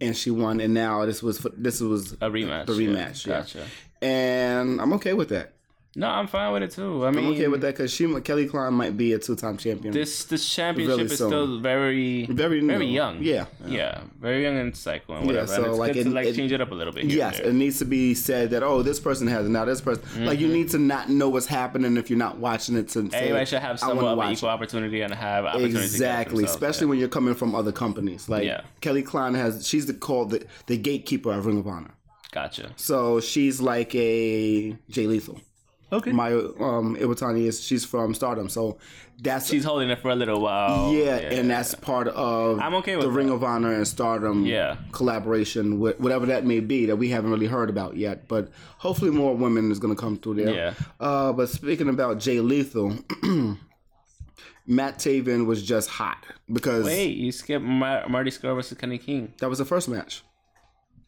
[SPEAKER 2] and she won. And now this was for, this was
[SPEAKER 3] A rematch.
[SPEAKER 2] the rematch, yeah.
[SPEAKER 3] Gotcha.
[SPEAKER 2] and I'm okay with that.
[SPEAKER 3] No, I'm fine with it too. I mean,
[SPEAKER 2] I'm okay with that because she Kelly Klein might be a two time champion.
[SPEAKER 3] this this championship
[SPEAKER 2] Really
[SPEAKER 3] is
[SPEAKER 2] so.
[SPEAKER 3] still very
[SPEAKER 2] Very new.
[SPEAKER 3] very young.
[SPEAKER 2] Yeah.
[SPEAKER 3] yeah, very young and cycle and whatever.
[SPEAKER 2] so,
[SPEAKER 3] and it's
[SPEAKER 2] like,
[SPEAKER 3] good
[SPEAKER 2] it-
[SPEAKER 3] to like
[SPEAKER 2] it-
[SPEAKER 3] change it up a little bit. Here
[SPEAKER 2] Yes,
[SPEAKER 3] and there.
[SPEAKER 2] it needs to be said that oh, this person has it now. This person like you need to not know what's happening if you're not watching it. To say,
[SPEAKER 3] Mm-hmm. everybody should have
[SPEAKER 2] "I wanna
[SPEAKER 3] somewhat of an
[SPEAKER 2] watch
[SPEAKER 3] equal opportunity and have
[SPEAKER 2] it."
[SPEAKER 3] opportunity.
[SPEAKER 2] exactly, especially when you're coming from other companies. Like
[SPEAKER 3] Yeah.
[SPEAKER 2] Kelly Klein has, she's the called the, the gatekeeper of Ring of Honor.
[SPEAKER 3] gotcha.
[SPEAKER 2] So she's like a Jay Lethal.
[SPEAKER 3] Okay,
[SPEAKER 2] My um, Iwatani is she's from Stardom, so that's
[SPEAKER 3] she's oh, holding it for a little while.
[SPEAKER 2] yeah, and that's part of
[SPEAKER 3] I'm okay with
[SPEAKER 2] the Ring
[SPEAKER 3] that.
[SPEAKER 2] of Honor and Stardom
[SPEAKER 3] Yeah.
[SPEAKER 2] collaboration, wh- whatever that may be that we haven't really heard about yet. But hopefully, more women is going to come through there.
[SPEAKER 3] Yeah.
[SPEAKER 2] Uh, but speaking about Jay Lethal, Matt Taven was just hot because
[SPEAKER 3] Wait, you skipped Mar- Marty Scurll versus Kenny King.
[SPEAKER 2] that was the first match.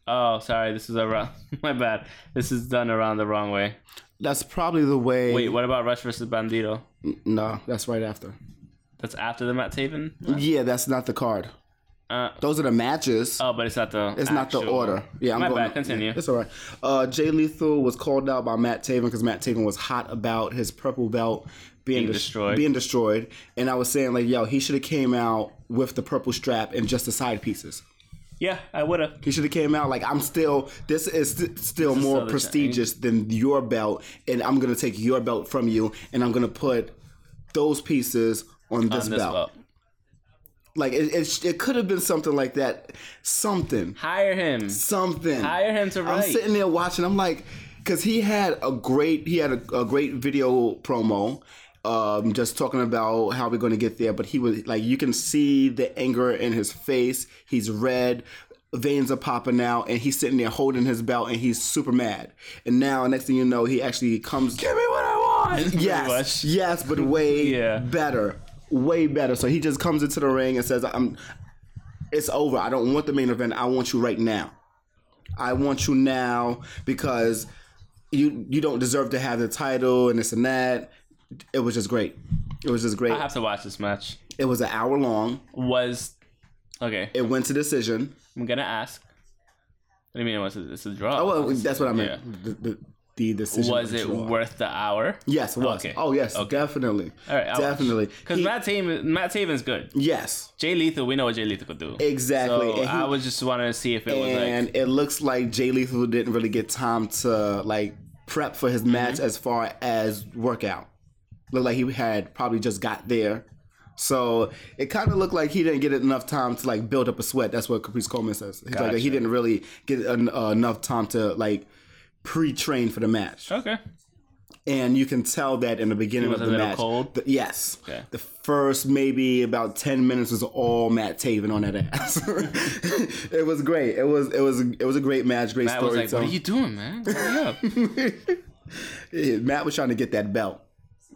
[SPEAKER 3] Oh, sorry, this is around. My bad. This is done around the wrong way.
[SPEAKER 2] That's probably the way.
[SPEAKER 3] Wait, what about Rush versus Bandito?
[SPEAKER 2] no, that's right after.
[SPEAKER 3] That's after the Matt Taven.
[SPEAKER 2] Yeah, that's not the card.
[SPEAKER 3] Uh,
[SPEAKER 2] Those are the matches.
[SPEAKER 3] oh, but it's not the.
[SPEAKER 2] It's not the
[SPEAKER 3] actual-
[SPEAKER 2] order. Yeah, I'm
[SPEAKER 3] My
[SPEAKER 2] going.
[SPEAKER 3] bad. Continue.
[SPEAKER 2] It's all right. Uh, Jay Lethal was called out by Matt Taven because Matt Taven was hot about his purple belt being, des-
[SPEAKER 3] destroyed.
[SPEAKER 2] Being destroyed, and I was saying like, yo, he should have came out with the purple strap and just the side pieces.
[SPEAKER 3] Yeah, I would have.
[SPEAKER 2] He should have came out like, I'm still. This is st- still more
[SPEAKER 3] still the
[SPEAKER 2] prestigious than your belt, and I'm gonna take your belt from you, and I'm gonna put those pieces on this,
[SPEAKER 3] On this
[SPEAKER 2] belt.
[SPEAKER 3] belt.
[SPEAKER 2] Like it, it, it could have been something like that. Something.
[SPEAKER 3] Hire him.
[SPEAKER 2] Something.
[SPEAKER 3] Hire him to
[SPEAKER 2] I'm
[SPEAKER 3] write.
[SPEAKER 2] sitting there watching. I'm like, because he had a great he had a, a great video promo, um, just talking about how we're going to get there. But he was like, you can see the anger in his face. He's red. Veins are popping out, and he's sitting there holding his belt, and he's super mad. And now, next thing you know, he actually comes.
[SPEAKER 3] Give me what I want.
[SPEAKER 2] Yes, yes, but way
[SPEAKER 3] Yeah.
[SPEAKER 2] better, way better. So he just comes into the ring and says, "I'm, it's over. I don't want the main event. I want you right now. I want you now because you you don't deserve to have the title and this and that." It was just great. It was just great.
[SPEAKER 3] I have to watch this match.
[SPEAKER 2] It was an hour long.
[SPEAKER 3] was okay.
[SPEAKER 2] It went to decision.
[SPEAKER 3] I'm gonna ask. What do you mean? Was it, it's a draw?
[SPEAKER 2] Oh, well, that's what I meant.
[SPEAKER 3] Yeah.
[SPEAKER 2] The, the, the decision
[SPEAKER 3] Was it
[SPEAKER 2] draw.
[SPEAKER 3] worth the hour?
[SPEAKER 2] Yes, it was.
[SPEAKER 3] Okay.
[SPEAKER 2] Oh, yes,
[SPEAKER 3] Okay.
[SPEAKER 2] definitely.
[SPEAKER 3] All right, I'll
[SPEAKER 2] definitely.
[SPEAKER 3] Because
[SPEAKER 2] He-
[SPEAKER 3] Matt Taven, Matt Taven's good.
[SPEAKER 2] yes,
[SPEAKER 3] Jay Lethal, we know what Jay Lethal could do.
[SPEAKER 2] exactly.
[SPEAKER 3] So
[SPEAKER 2] And he-
[SPEAKER 3] I was just wanting to see if it was
[SPEAKER 2] and
[SPEAKER 3] like
[SPEAKER 2] it looks like Jay Lethal didn't really get time to like prep for his
[SPEAKER 3] Mm-hmm.
[SPEAKER 2] match as far as workout. Looked like he had probably just got there, so it kind of looked like he didn't get enough time to like build up a sweat. That's what Caprice Coleman says. He's like he didn't really get en- uh, enough time to like pre-train for the match,
[SPEAKER 3] okay.
[SPEAKER 2] and you can tell that in the beginning
[SPEAKER 3] was a
[SPEAKER 2] of the
[SPEAKER 3] little
[SPEAKER 2] match.
[SPEAKER 3] cold?
[SPEAKER 2] The- yes,
[SPEAKER 3] Okay.
[SPEAKER 2] the first maybe about ten minutes was all Matt Taven on that ass. it was great. It was it was it was a great match. Great
[SPEAKER 3] Matt was
[SPEAKER 2] story.
[SPEAKER 3] like, "What are you doing, man? Hurry up."
[SPEAKER 2] Matt was trying to get that belt.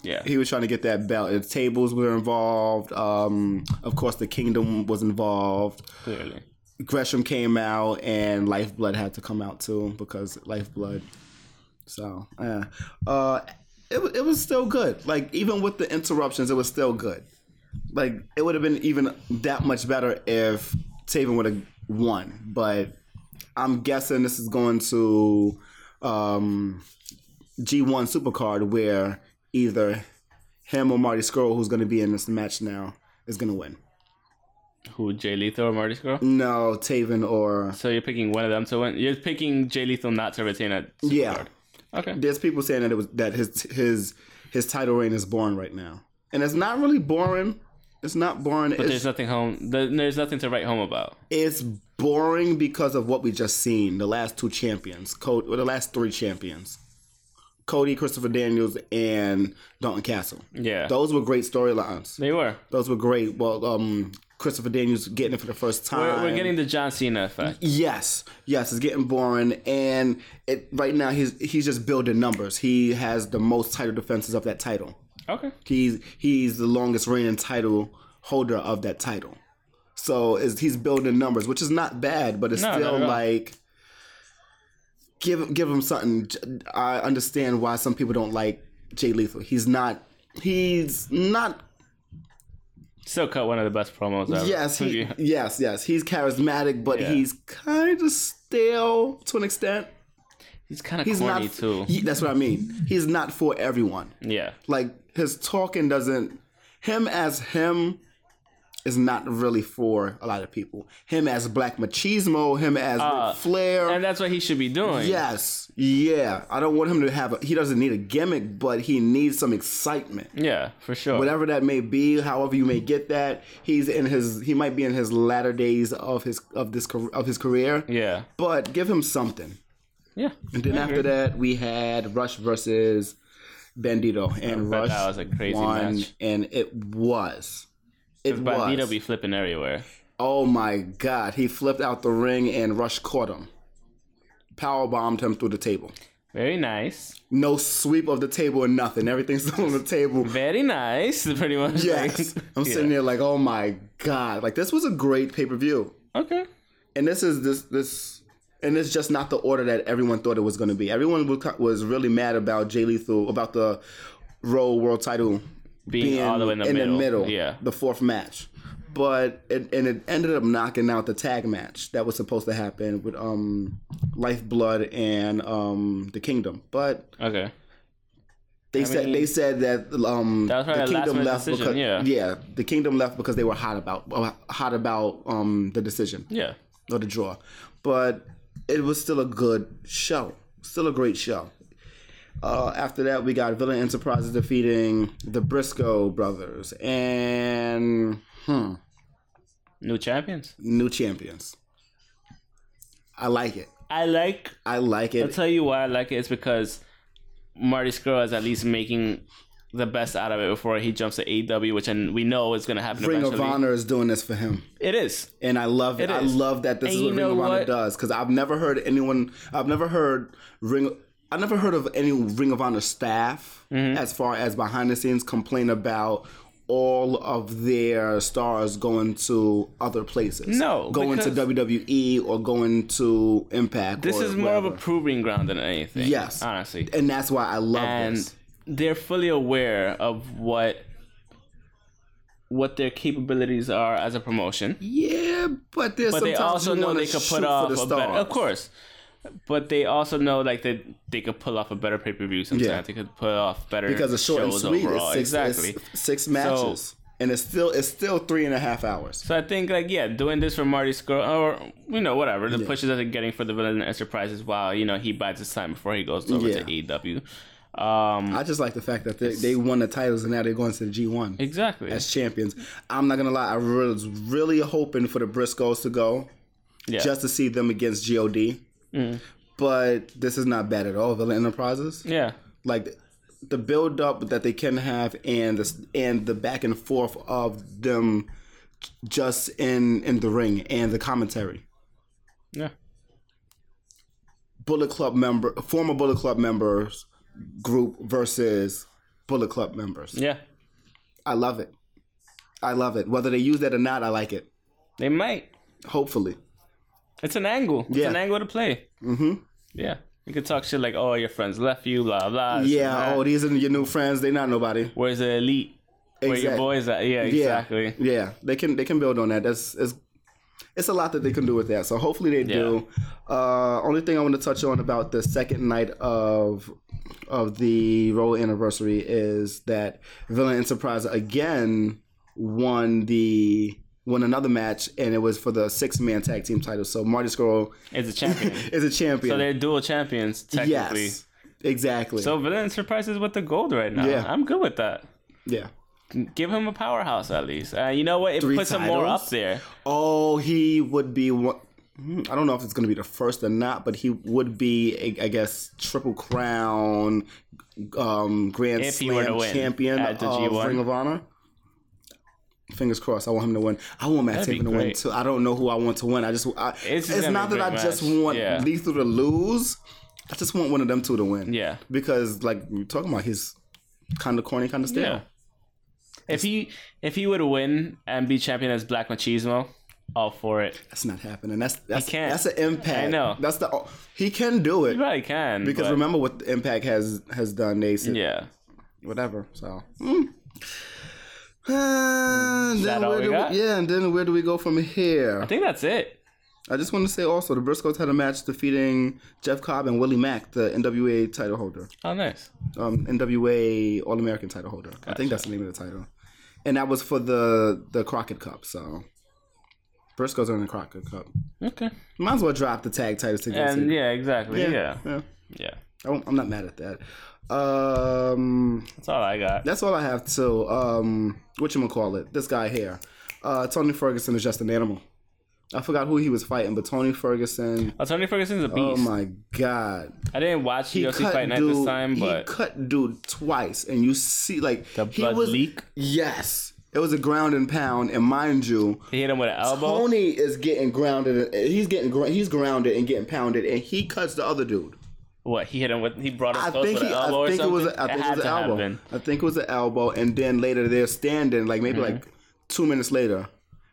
[SPEAKER 3] yeah.
[SPEAKER 2] He was trying to get that belt. The tables were involved. Um, of course, the kingdom was involved.
[SPEAKER 3] Clearly.
[SPEAKER 2] Gresham came out, and Lifeblood had to come out too because Lifeblood. So, yeah. uh, it wa- it was still good. Like even with the interruptions, it was still good. Like it would have been even that much better if Taven would have won. But I'm guessing this is going to um, G1 Supercard where either him or Marty Skrull, who's going to be in this match now, is going to win.
[SPEAKER 3] Who Jay Lethal or Marty Scurll?
[SPEAKER 2] No, Taven or
[SPEAKER 3] So you're picking one of them to win. You're picking Jay Lethal not to retain at Supercard.
[SPEAKER 2] yeah.
[SPEAKER 3] Okay.
[SPEAKER 2] there's people saying that it was that his his his title reign is boring right now, and it's not really boring. It's not boring.
[SPEAKER 3] But there's
[SPEAKER 2] It's,
[SPEAKER 3] nothing home. th- There's nothing to write home about.
[SPEAKER 2] it's boring because of what we just seen. The last two champions, Cody, or the last three champions, Cody, Christopher Daniels, and Dalton Castle.
[SPEAKER 3] Yeah.
[SPEAKER 2] Those were great storylines.
[SPEAKER 3] They were.
[SPEAKER 2] Those were great. Well, um, Christopher Daniels getting it for the first time.
[SPEAKER 3] We're, we're getting the John Cena effect.
[SPEAKER 2] Yes, yes, it's getting boring, and it right now he's he's just building numbers. He has the most title defenses of that title.
[SPEAKER 3] Okay.
[SPEAKER 2] He's he's the longest reigning title holder of that title. So is he's building numbers, which is not bad, but it's
[SPEAKER 3] No,
[SPEAKER 2] still
[SPEAKER 3] not at all.
[SPEAKER 2] like give give him something. J- I understand why some people don't like Jay Lethal. He's not he's not
[SPEAKER 3] Still cut one of the best promos ever.
[SPEAKER 2] yes, he,
[SPEAKER 3] Yeah.
[SPEAKER 2] yes, yes. He's charismatic, but
[SPEAKER 3] Yeah.
[SPEAKER 2] he's kind of stale to an extent.
[SPEAKER 3] He's kind of
[SPEAKER 2] He's
[SPEAKER 3] corny
[SPEAKER 2] not
[SPEAKER 3] too.
[SPEAKER 2] he- that's what I mean. He's not for everyone.
[SPEAKER 3] yeah.
[SPEAKER 2] like his talking doesn't him as him is not really for a lot of people. Him as Black Machismo, him as
[SPEAKER 3] Uh,
[SPEAKER 2] Ric Flair.
[SPEAKER 3] And that's what he should be doing.
[SPEAKER 2] yes, yeah. I don't want him to have. A, he doesn't need a gimmick, but he needs some excitement.
[SPEAKER 3] Yeah, for sure.
[SPEAKER 2] Whatever that may be, however you may get that, he's in his. He might be in his latter days of his of this car- of his career.
[SPEAKER 3] Yeah.
[SPEAKER 2] But give him something.
[SPEAKER 3] Yeah.
[SPEAKER 2] And then
[SPEAKER 3] Mm-hmm.
[SPEAKER 2] after that, we had Rush versus Bandito, and
[SPEAKER 3] bet
[SPEAKER 2] Rush
[SPEAKER 3] that was a crazy
[SPEAKER 2] won,
[SPEAKER 3] match.
[SPEAKER 2] and it was, it was.
[SPEAKER 3] Bandito be flipping everywhere.
[SPEAKER 2] oh my God! He flipped out the ring, and Rush caught him, power bombed him through the table.
[SPEAKER 3] Very nice.
[SPEAKER 2] No sweep of the table or nothing. Everything's still on the table.
[SPEAKER 3] Very nice. Pretty much.
[SPEAKER 2] Yes,
[SPEAKER 3] like-
[SPEAKER 2] I'm sitting there like, oh my God! Like this was a great pay per view,
[SPEAKER 3] Okay.
[SPEAKER 2] and this is this this. And it's just not the order that everyone thought it was going to be. Everyone was- was really mad about Jay Lethal, about the Raw World Title
[SPEAKER 3] Being, all the way in the middle. Yeah.
[SPEAKER 2] the fourth match. But it, and it ended up knocking out the tag match that was supposed to happen with um Lifeblood and um the Kingdom. But
[SPEAKER 3] Okay.
[SPEAKER 2] they said
[SPEAKER 3] mean,
[SPEAKER 2] they said that um
[SPEAKER 3] that was probably
[SPEAKER 2] the
[SPEAKER 3] a last-minute
[SPEAKER 2] Kingdom left
[SPEAKER 3] decision,
[SPEAKER 2] because
[SPEAKER 3] yeah.
[SPEAKER 2] the Kingdom left because they were hot about hot about um the decision
[SPEAKER 3] Yeah.
[SPEAKER 2] or the draw. But it was still a good show. Still a great show. Uh, after that, we got Villain Enterprises defeating the Briscoe brothers and hmm,
[SPEAKER 3] New champions.
[SPEAKER 2] new champions. I like it.
[SPEAKER 3] I like
[SPEAKER 2] I like it.
[SPEAKER 3] I'll tell you why I like it. It's because Marty Skrull is at least making the best out of it before he jumps to AEW, which and we know is going to happen
[SPEAKER 2] Ring of
[SPEAKER 3] eventually.
[SPEAKER 2] Honor is doing this for him,
[SPEAKER 3] It is.
[SPEAKER 2] and I love it.
[SPEAKER 3] It
[SPEAKER 2] I
[SPEAKER 3] is.
[SPEAKER 2] love that this
[SPEAKER 3] And
[SPEAKER 2] is
[SPEAKER 3] you
[SPEAKER 2] what Ring
[SPEAKER 3] know
[SPEAKER 2] of Honor
[SPEAKER 3] what?
[SPEAKER 2] does because I've never heard anyone. I've never heard Ring. I never heard of any Ring of Honor staff,
[SPEAKER 3] Mm-hmm.
[SPEAKER 2] as far as behind the scenes, complain about all of their stars going to other places.
[SPEAKER 3] No,
[SPEAKER 2] going to
[SPEAKER 3] because-
[SPEAKER 2] WWE or going to Impact.
[SPEAKER 3] This
[SPEAKER 2] or
[SPEAKER 3] is more of a
[SPEAKER 2] wherever.
[SPEAKER 3] proving ground than anything.
[SPEAKER 2] Yes.
[SPEAKER 3] honestly,
[SPEAKER 2] and that's why I love
[SPEAKER 3] and
[SPEAKER 2] this.
[SPEAKER 3] they're fully aware of what what their capabilities are as a promotion.
[SPEAKER 2] Yeah, but there's
[SPEAKER 3] but they
[SPEAKER 2] sometimes
[SPEAKER 3] also
[SPEAKER 2] you
[SPEAKER 3] know
[SPEAKER 2] wanna
[SPEAKER 3] they could
[SPEAKER 2] shoot
[SPEAKER 3] put
[SPEAKER 2] for
[SPEAKER 3] off
[SPEAKER 2] the
[SPEAKER 3] a better,
[SPEAKER 2] stars.
[SPEAKER 3] of course. But they also know like that they could pull off a better pay per view. Sometimes
[SPEAKER 2] Yeah.
[SPEAKER 3] they could put off better
[SPEAKER 2] because it's short and
[SPEAKER 3] shows
[SPEAKER 2] sweet.
[SPEAKER 3] overall.
[SPEAKER 2] It's six,
[SPEAKER 3] exactly.
[SPEAKER 2] it's six matches, and it's still it's still three and a half hours.
[SPEAKER 3] so I think like yeah, doing this for Marty Skrull or you know whatever the pushes that they're getting for the villain enterprises while you know he buys his time before he goes over
[SPEAKER 2] Yeah.
[SPEAKER 3] to AEW. Um,
[SPEAKER 2] I just like the fact that they, they won the titles and now they're going to the G one
[SPEAKER 3] exactly.
[SPEAKER 2] as champions. I'm not gonna lie, I was really hoping for the Briscoes to go
[SPEAKER 3] Yeah. Mm.
[SPEAKER 2] just to see them against God. But this is not bad at all. Villain Enterprises,
[SPEAKER 3] yeah.
[SPEAKER 2] like the build up that they can have and the s- and the back and forth of them just in in the ring and the commentary.
[SPEAKER 3] Yeah.
[SPEAKER 2] Bullet Club member, former Bullet Club members group versus Bullet Club members.
[SPEAKER 3] Yeah.
[SPEAKER 2] I love it. I love it. Whether they use that or not, I like it.
[SPEAKER 3] They might.
[SPEAKER 2] Hopefully.
[SPEAKER 3] It's an angle. It's
[SPEAKER 2] Yeah.
[SPEAKER 3] an angle to play. Mm-hmm. Yeah. You could talk shit like, oh, your friends left you, blah, blah. this
[SPEAKER 2] yeah.
[SPEAKER 3] and that.
[SPEAKER 2] Oh, these are your new friends. They not nobody.
[SPEAKER 3] Where's the elite? Where your
[SPEAKER 2] Exact-
[SPEAKER 3] boys at? Yeah,
[SPEAKER 2] Yeah.
[SPEAKER 3] exactly.
[SPEAKER 2] Yeah. They can they can build on that. That's it's it's a lot that they can do with that. So hopefully they do. Uh, only thing I want to touch on about the second night of of the roll anniversary is that Villain Enterprise again won the won another match and it was for the six man tag team title. So Marty Scroll
[SPEAKER 3] It's a champion.
[SPEAKER 2] is a champion.
[SPEAKER 3] so they're dual champions, technically.
[SPEAKER 2] yes. Exactly.
[SPEAKER 3] So Villain surprises with the gold right now.
[SPEAKER 2] Yeah.
[SPEAKER 3] I'm good with that.
[SPEAKER 2] yeah.
[SPEAKER 3] Give him a powerhouse at least. Uh, you know what? It
[SPEAKER 2] Three
[SPEAKER 3] puts him more
[SPEAKER 2] titles?
[SPEAKER 3] up there.
[SPEAKER 2] Oh, he would be one. hmm, I don't know if it's going to be the first or not, but he would be, a, I guess, triple crown, um, grand
[SPEAKER 3] If he were to
[SPEAKER 2] slam
[SPEAKER 3] win
[SPEAKER 2] champion
[SPEAKER 3] at the
[SPEAKER 2] of
[SPEAKER 3] G1.
[SPEAKER 2] Ring of Honor. Fingers crossed. I want him to win. I want Matt
[SPEAKER 3] That'd be
[SPEAKER 2] Taven to win
[SPEAKER 3] great.
[SPEAKER 2] too. I don't know who I want to win. I just I,
[SPEAKER 3] It's
[SPEAKER 2] it's,
[SPEAKER 3] just gonna
[SPEAKER 2] not
[SPEAKER 3] be a
[SPEAKER 2] that I
[SPEAKER 3] great
[SPEAKER 2] just
[SPEAKER 3] match.
[SPEAKER 2] want
[SPEAKER 3] Yeah.
[SPEAKER 2] Lethal to lose. I just want one of them two to win.
[SPEAKER 3] Yeah.
[SPEAKER 2] because like you're talking about, he's kind of corny, kind of stale.
[SPEAKER 3] Yeah. If he if he would win and be champion as Black Machismo, all for it.
[SPEAKER 2] That's not happening. That's that's
[SPEAKER 3] can't.
[SPEAKER 2] that's an
[SPEAKER 3] I
[SPEAKER 2] impact.
[SPEAKER 3] know.
[SPEAKER 2] That's the he can do it
[SPEAKER 3] He probably can.
[SPEAKER 2] because
[SPEAKER 3] but-
[SPEAKER 2] remember what the impact has has done. They said
[SPEAKER 3] Yeah.
[SPEAKER 2] whatever. So. mm. Uh, then
[SPEAKER 3] that all
[SPEAKER 2] where
[SPEAKER 3] we
[SPEAKER 2] do
[SPEAKER 3] got?
[SPEAKER 2] yeah, and then where do we go from here?
[SPEAKER 3] I think that's it.
[SPEAKER 2] I just want to say also the Briscoes had a match defeating Jeff Cobb and Willie Mack, the NWA title holder,
[SPEAKER 3] Oh, nice.
[SPEAKER 2] um, NWA All American title holder. I think that's the name of the title, and that was for the the Crockett Cup. So Briscoes are in the Crockett Cup.
[SPEAKER 3] Okay.
[SPEAKER 2] Might as well drop the tag titles to go
[SPEAKER 3] And
[SPEAKER 2] to-
[SPEAKER 3] yeah, exactly. Yeah. Yeah.
[SPEAKER 2] yeah. I'm, I'm not mad at that. Um,
[SPEAKER 3] That's all I got.
[SPEAKER 2] that's all I have to. Um, what you call it? This guy here, uh, Tony Ferguson is just an animal. I forgot who he was fighting, but Tony Ferguson.
[SPEAKER 3] Oh, Tony Ferguson's a beast.
[SPEAKER 2] Oh my God!
[SPEAKER 3] I didn't watch
[SPEAKER 2] He
[SPEAKER 3] UFC Fight Night this time,
[SPEAKER 2] he
[SPEAKER 3] but
[SPEAKER 2] cut dude twice, and you see like
[SPEAKER 3] The
[SPEAKER 2] he
[SPEAKER 3] blood
[SPEAKER 2] was
[SPEAKER 3] leak?
[SPEAKER 2] Yes, it was a ground and pound, and mind you,
[SPEAKER 3] he hit him with an elbow.
[SPEAKER 2] Tony is getting grounded. He's getting gr- he's grounded and getting pounded, and he cuts the other dude.
[SPEAKER 3] What he hit him with? He brought him
[SPEAKER 2] I
[SPEAKER 3] close
[SPEAKER 2] think
[SPEAKER 3] with
[SPEAKER 2] he,
[SPEAKER 3] an elbow
[SPEAKER 2] I think
[SPEAKER 3] or
[SPEAKER 2] it was
[SPEAKER 3] something.
[SPEAKER 2] I think it
[SPEAKER 3] had
[SPEAKER 2] was an
[SPEAKER 3] to
[SPEAKER 2] elbow.
[SPEAKER 3] happen.
[SPEAKER 2] I think it was an elbow, and then later they're standing like maybe like
[SPEAKER 3] Mm-hmm.
[SPEAKER 2] two minutes later,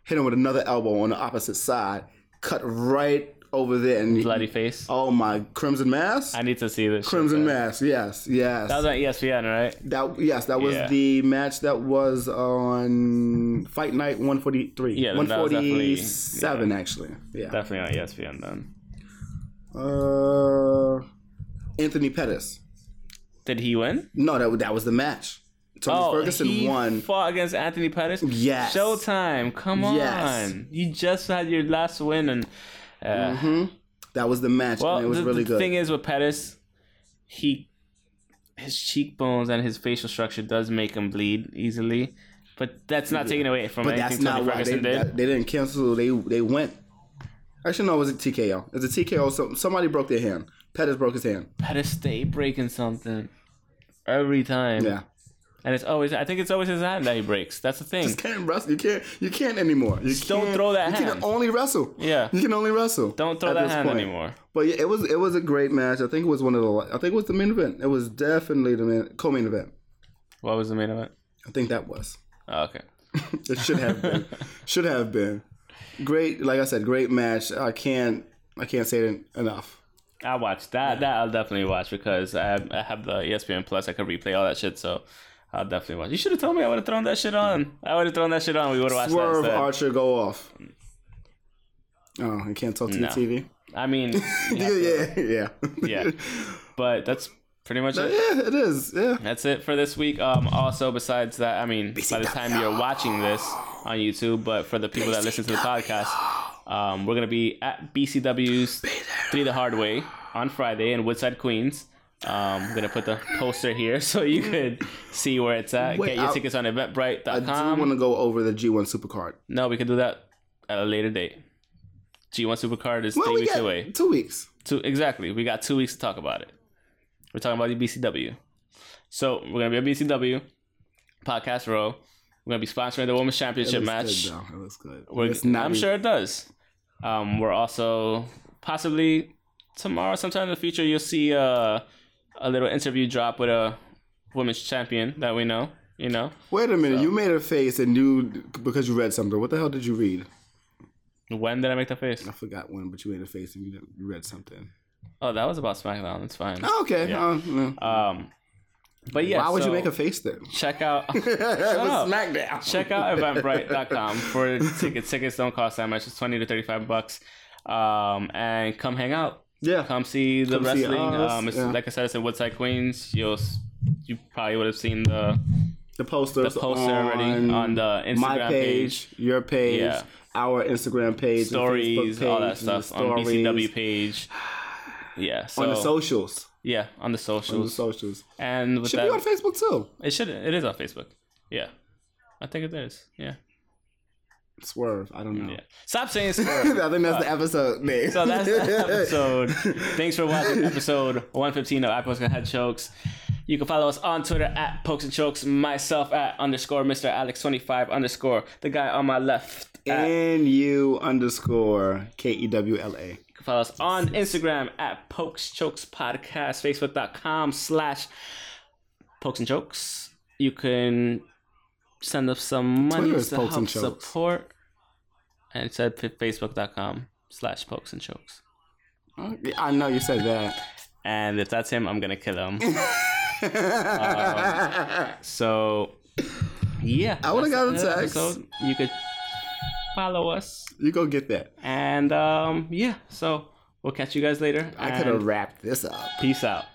[SPEAKER 2] hit him with another elbow on the opposite side, cut right over there, and
[SPEAKER 3] Bloody face.
[SPEAKER 2] oh my crimson mass,
[SPEAKER 3] I need to see this. shit,
[SPEAKER 2] crimson
[SPEAKER 3] man.
[SPEAKER 2] mass, yes, yes,
[SPEAKER 3] That was on E ESPN, right?
[SPEAKER 2] that yes, that was
[SPEAKER 3] Yeah.
[SPEAKER 2] the match that was on Fight Night 143,
[SPEAKER 3] Yeah, that was definitely-
[SPEAKER 2] 147 actually, yeah.
[SPEAKER 3] Definitely on E ESPN then.
[SPEAKER 2] Uh, Anthony Pettis,
[SPEAKER 3] Did he win?
[SPEAKER 2] no, that that was the match. Tony
[SPEAKER 3] oh,
[SPEAKER 2] Ferguson
[SPEAKER 3] he
[SPEAKER 2] won.
[SPEAKER 3] fought against Anthony Pettis.
[SPEAKER 2] Yes.
[SPEAKER 3] Showtime. Come on.
[SPEAKER 2] Yes.
[SPEAKER 3] You just had your last win, and uh,
[SPEAKER 2] That was the match,
[SPEAKER 3] well,
[SPEAKER 2] and it was
[SPEAKER 3] the,
[SPEAKER 2] really
[SPEAKER 3] the
[SPEAKER 2] good.
[SPEAKER 3] thing is with Pettis, he his cheekbones and his facial structure does make him bleed easily, but that's not taken away from
[SPEAKER 2] but that's
[SPEAKER 3] anything
[SPEAKER 2] not
[SPEAKER 3] Tony
[SPEAKER 2] why they,
[SPEAKER 3] Ferguson did.
[SPEAKER 2] that- they didn't cancel. They they went. Actually, no, it was a TKO. It was a TKO. So, somebody broke their hand. Pettis broke his hand.
[SPEAKER 3] Pettis stay breaking something every time.
[SPEAKER 2] Yeah,
[SPEAKER 3] And it's always, I think it's always his hand that he breaks. That's the thing.
[SPEAKER 2] you can't wrestle. You can't. You can't anymore. You
[SPEAKER 3] don't
[SPEAKER 2] can't-
[SPEAKER 3] throw that
[SPEAKER 2] You
[SPEAKER 3] hand.
[SPEAKER 2] can only wrestle.
[SPEAKER 3] Yeah.
[SPEAKER 2] you can only wrestle.
[SPEAKER 3] Don't throw
[SPEAKER 2] at
[SPEAKER 3] that
[SPEAKER 2] this
[SPEAKER 3] hand
[SPEAKER 2] point.
[SPEAKER 3] anymore.
[SPEAKER 2] But yeah, it was it was a great match. I think it was one of the. I think it was the main event. It was definitely the main, co-main event.
[SPEAKER 3] What was the main event?
[SPEAKER 2] I think that was.
[SPEAKER 3] Oh, okay.
[SPEAKER 2] It should have been. should have been. Great, like I said, great match. I can't. I can't say it enough.
[SPEAKER 3] I E watched that. That I'll definitely watch because I have, I have the ESPN Plus. I could replay all that shit. So I'll definitely watch. You should have told me. I would have thrown that shit on. I would have thrown that shit on. We would have watched
[SPEAKER 2] Swerve
[SPEAKER 3] that. instead.
[SPEAKER 2] Archer go off. Oh, I can't talk to
[SPEAKER 3] No.
[SPEAKER 2] the TV.
[SPEAKER 3] I mean, you have to-
[SPEAKER 2] Yeah, yeah,
[SPEAKER 3] yeah. But that's pretty much
[SPEAKER 2] No,
[SPEAKER 3] it.
[SPEAKER 2] yeah, it is. Yeah.
[SPEAKER 3] That's it for this week. Um, also, besides that, I mean, by the time you're watching this on YouTube, but for the people that listen to the podcast, um, we're gonna be at BCW's Three the Hard Way on Friday in Woodside, Queens. Um, I'm gonna put the poster here so you could see where it's at.
[SPEAKER 2] Wait,
[SPEAKER 3] Get your
[SPEAKER 2] I-
[SPEAKER 3] tickets on
[SPEAKER 2] I do
[SPEAKER 3] Eventbrite.com.
[SPEAKER 2] want to go over the G1 Supercard.
[SPEAKER 3] No, we can do that at a later date. G1 Supercard is
[SPEAKER 2] Well,
[SPEAKER 3] three
[SPEAKER 2] we
[SPEAKER 3] weeks
[SPEAKER 2] got
[SPEAKER 3] away.
[SPEAKER 2] two weeks.
[SPEAKER 3] Two exactly. We got two weeks to talk about it. We're talking about the BCW. So we're gonna be at BCW podcast row. We're gonna be sponsoring the women's
[SPEAKER 2] It
[SPEAKER 3] championship
[SPEAKER 2] looks
[SPEAKER 3] match.
[SPEAKER 2] Good, though. It looks good.
[SPEAKER 3] We're,
[SPEAKER 2] It's not
[SPEAKER 3] I'm
[SPEAKER 2] even-
[SPEAKER 3] sure it does. Um, we're also possibly tomorrow, sometime in the future, you'll see uh, a little interview drop with a women's champion that we know. You know
[SPEAKER 2] Wait a minute. You made a face and you because you read something. What the hell did you read?
[SPEAKER 3] when did I make that face?
[SPEAKER 2] I forgot when, but you made a face and you, you read something.
[SPEAKER 3] Oh, that was about SmackDown. That's fine.
[SPEAKER 2] Oh, okay.
[SPEAKER 3] Yeah.
[SPEAKER 2] Oh, no.
[SPEAKER 3] Um, but yeah,
[SPEAKER 2] Why would
[SPEAKER 3] so
[SPEAKER 2] you make a face then?
[SPEAKER 3] check out?
[SPEAKER 2] It
[SPEAKER 3] up.
[SPEAKER 2] was SmackDown.
[SPEAKER 3] check out eventbrite.com for tickets. Tickets don't cost that much. It's 20 to 35 bucks. Um, and come hang out.
[SPEAKER 2] Yeah.
[SPEAKER 3] Come see the
[SPEAKER 2] Come see
[SPEAKER 3] wrestling.
[SPEAKER 2] us,
[SPEAKER 3] um, it's,
[SPEAKER 2] yeah.
[SPEAKER 3] Like I said, it's in Woodside, Queens. You'll, s- you probably would have seen the,
[SPEAKER 2] The poster.
[SPEAKER 3] the poster already on the Instagram
[SPEAKER 2] my
[SPEAKER 3] page.
[SPEAKER 2] page, your page,
[SPEAKER 3] Yeah.
[SPEAKER 2] our Instagram page, the Facebook
[SPEAKER 3] Stories, all that
[SPEAKER 2] page, and the
[SPEAKER 3] stuff on
[SPEAKER 2] stories,
[SPEAKER 3] BCW page. Yeah, so
[SPEAKER 2] on the socials.
[SPEAKER 3] yeah, on the
[SPEAKER 2] On the
[SPEAKER 3] socials,
[SPEAKER 2] socials.
[SPEAKER 3] and with
[SPEAKER 2] Should
[SPEAKER 3] that,
[SPEAKER 2] be on Facebook too.
[SPEAKER 3] it should it is on Facebook. Yeah, I think it is. Yeah,
[SPEAKER 2] Swerve. I don't know.
[SPEAKER 3] yeah. Stop saying
[SPEAKER 2] I
[SPEAKER 3] swerve.
[SPEAKER 2] think that's the episode name.
[SPEAKER 3] So that's the episode. Thanks for watching episode 115 of I Post and Head Chokes. You can follow us on Twitter at Pokes and Chokes, myself at underscore Mr. Alex25 underscore, the guy on my left. At, you
[SPEAKER 2] N U underscore K E W L A.
[SPEAKER 3] can follow us on Instagram at Pokes Chokes Podcast, Facebook.com slash Pokes and Chokes. You can send us some money
[SPEAKER 2] Twitter is
[SPEAKER 3] to
[SPEAKER 2] Pokes
[SPEAKER 3] help
[SPEAKER 2] and Chokes.
[SPEAKER 3] support. And it's at Facebook.com slash Pokes and Chokes.
[SPEAKER 2] I know you said that.
[SPEAKER 3] And if that's him, I'm going to kill him. So, yeah.
[SPEAKER 2] I
[SPEAKER 3] that's
[SPEAKER 2] would've got a
[SPEAKER 3] the end of the
[SPEAKER 2] text.
[SPEAKER 3] episode. You could follow us.
[SPEAKER 2] you go get that.
[SPEAKER 3] And, um, yeah. So, we'll catch you guys later.
[SPEAKER 2] I could
[SPEAKER 3] and
[SPEAKER 2] have wrapped this up.
[SPEAKER 3] Peace out.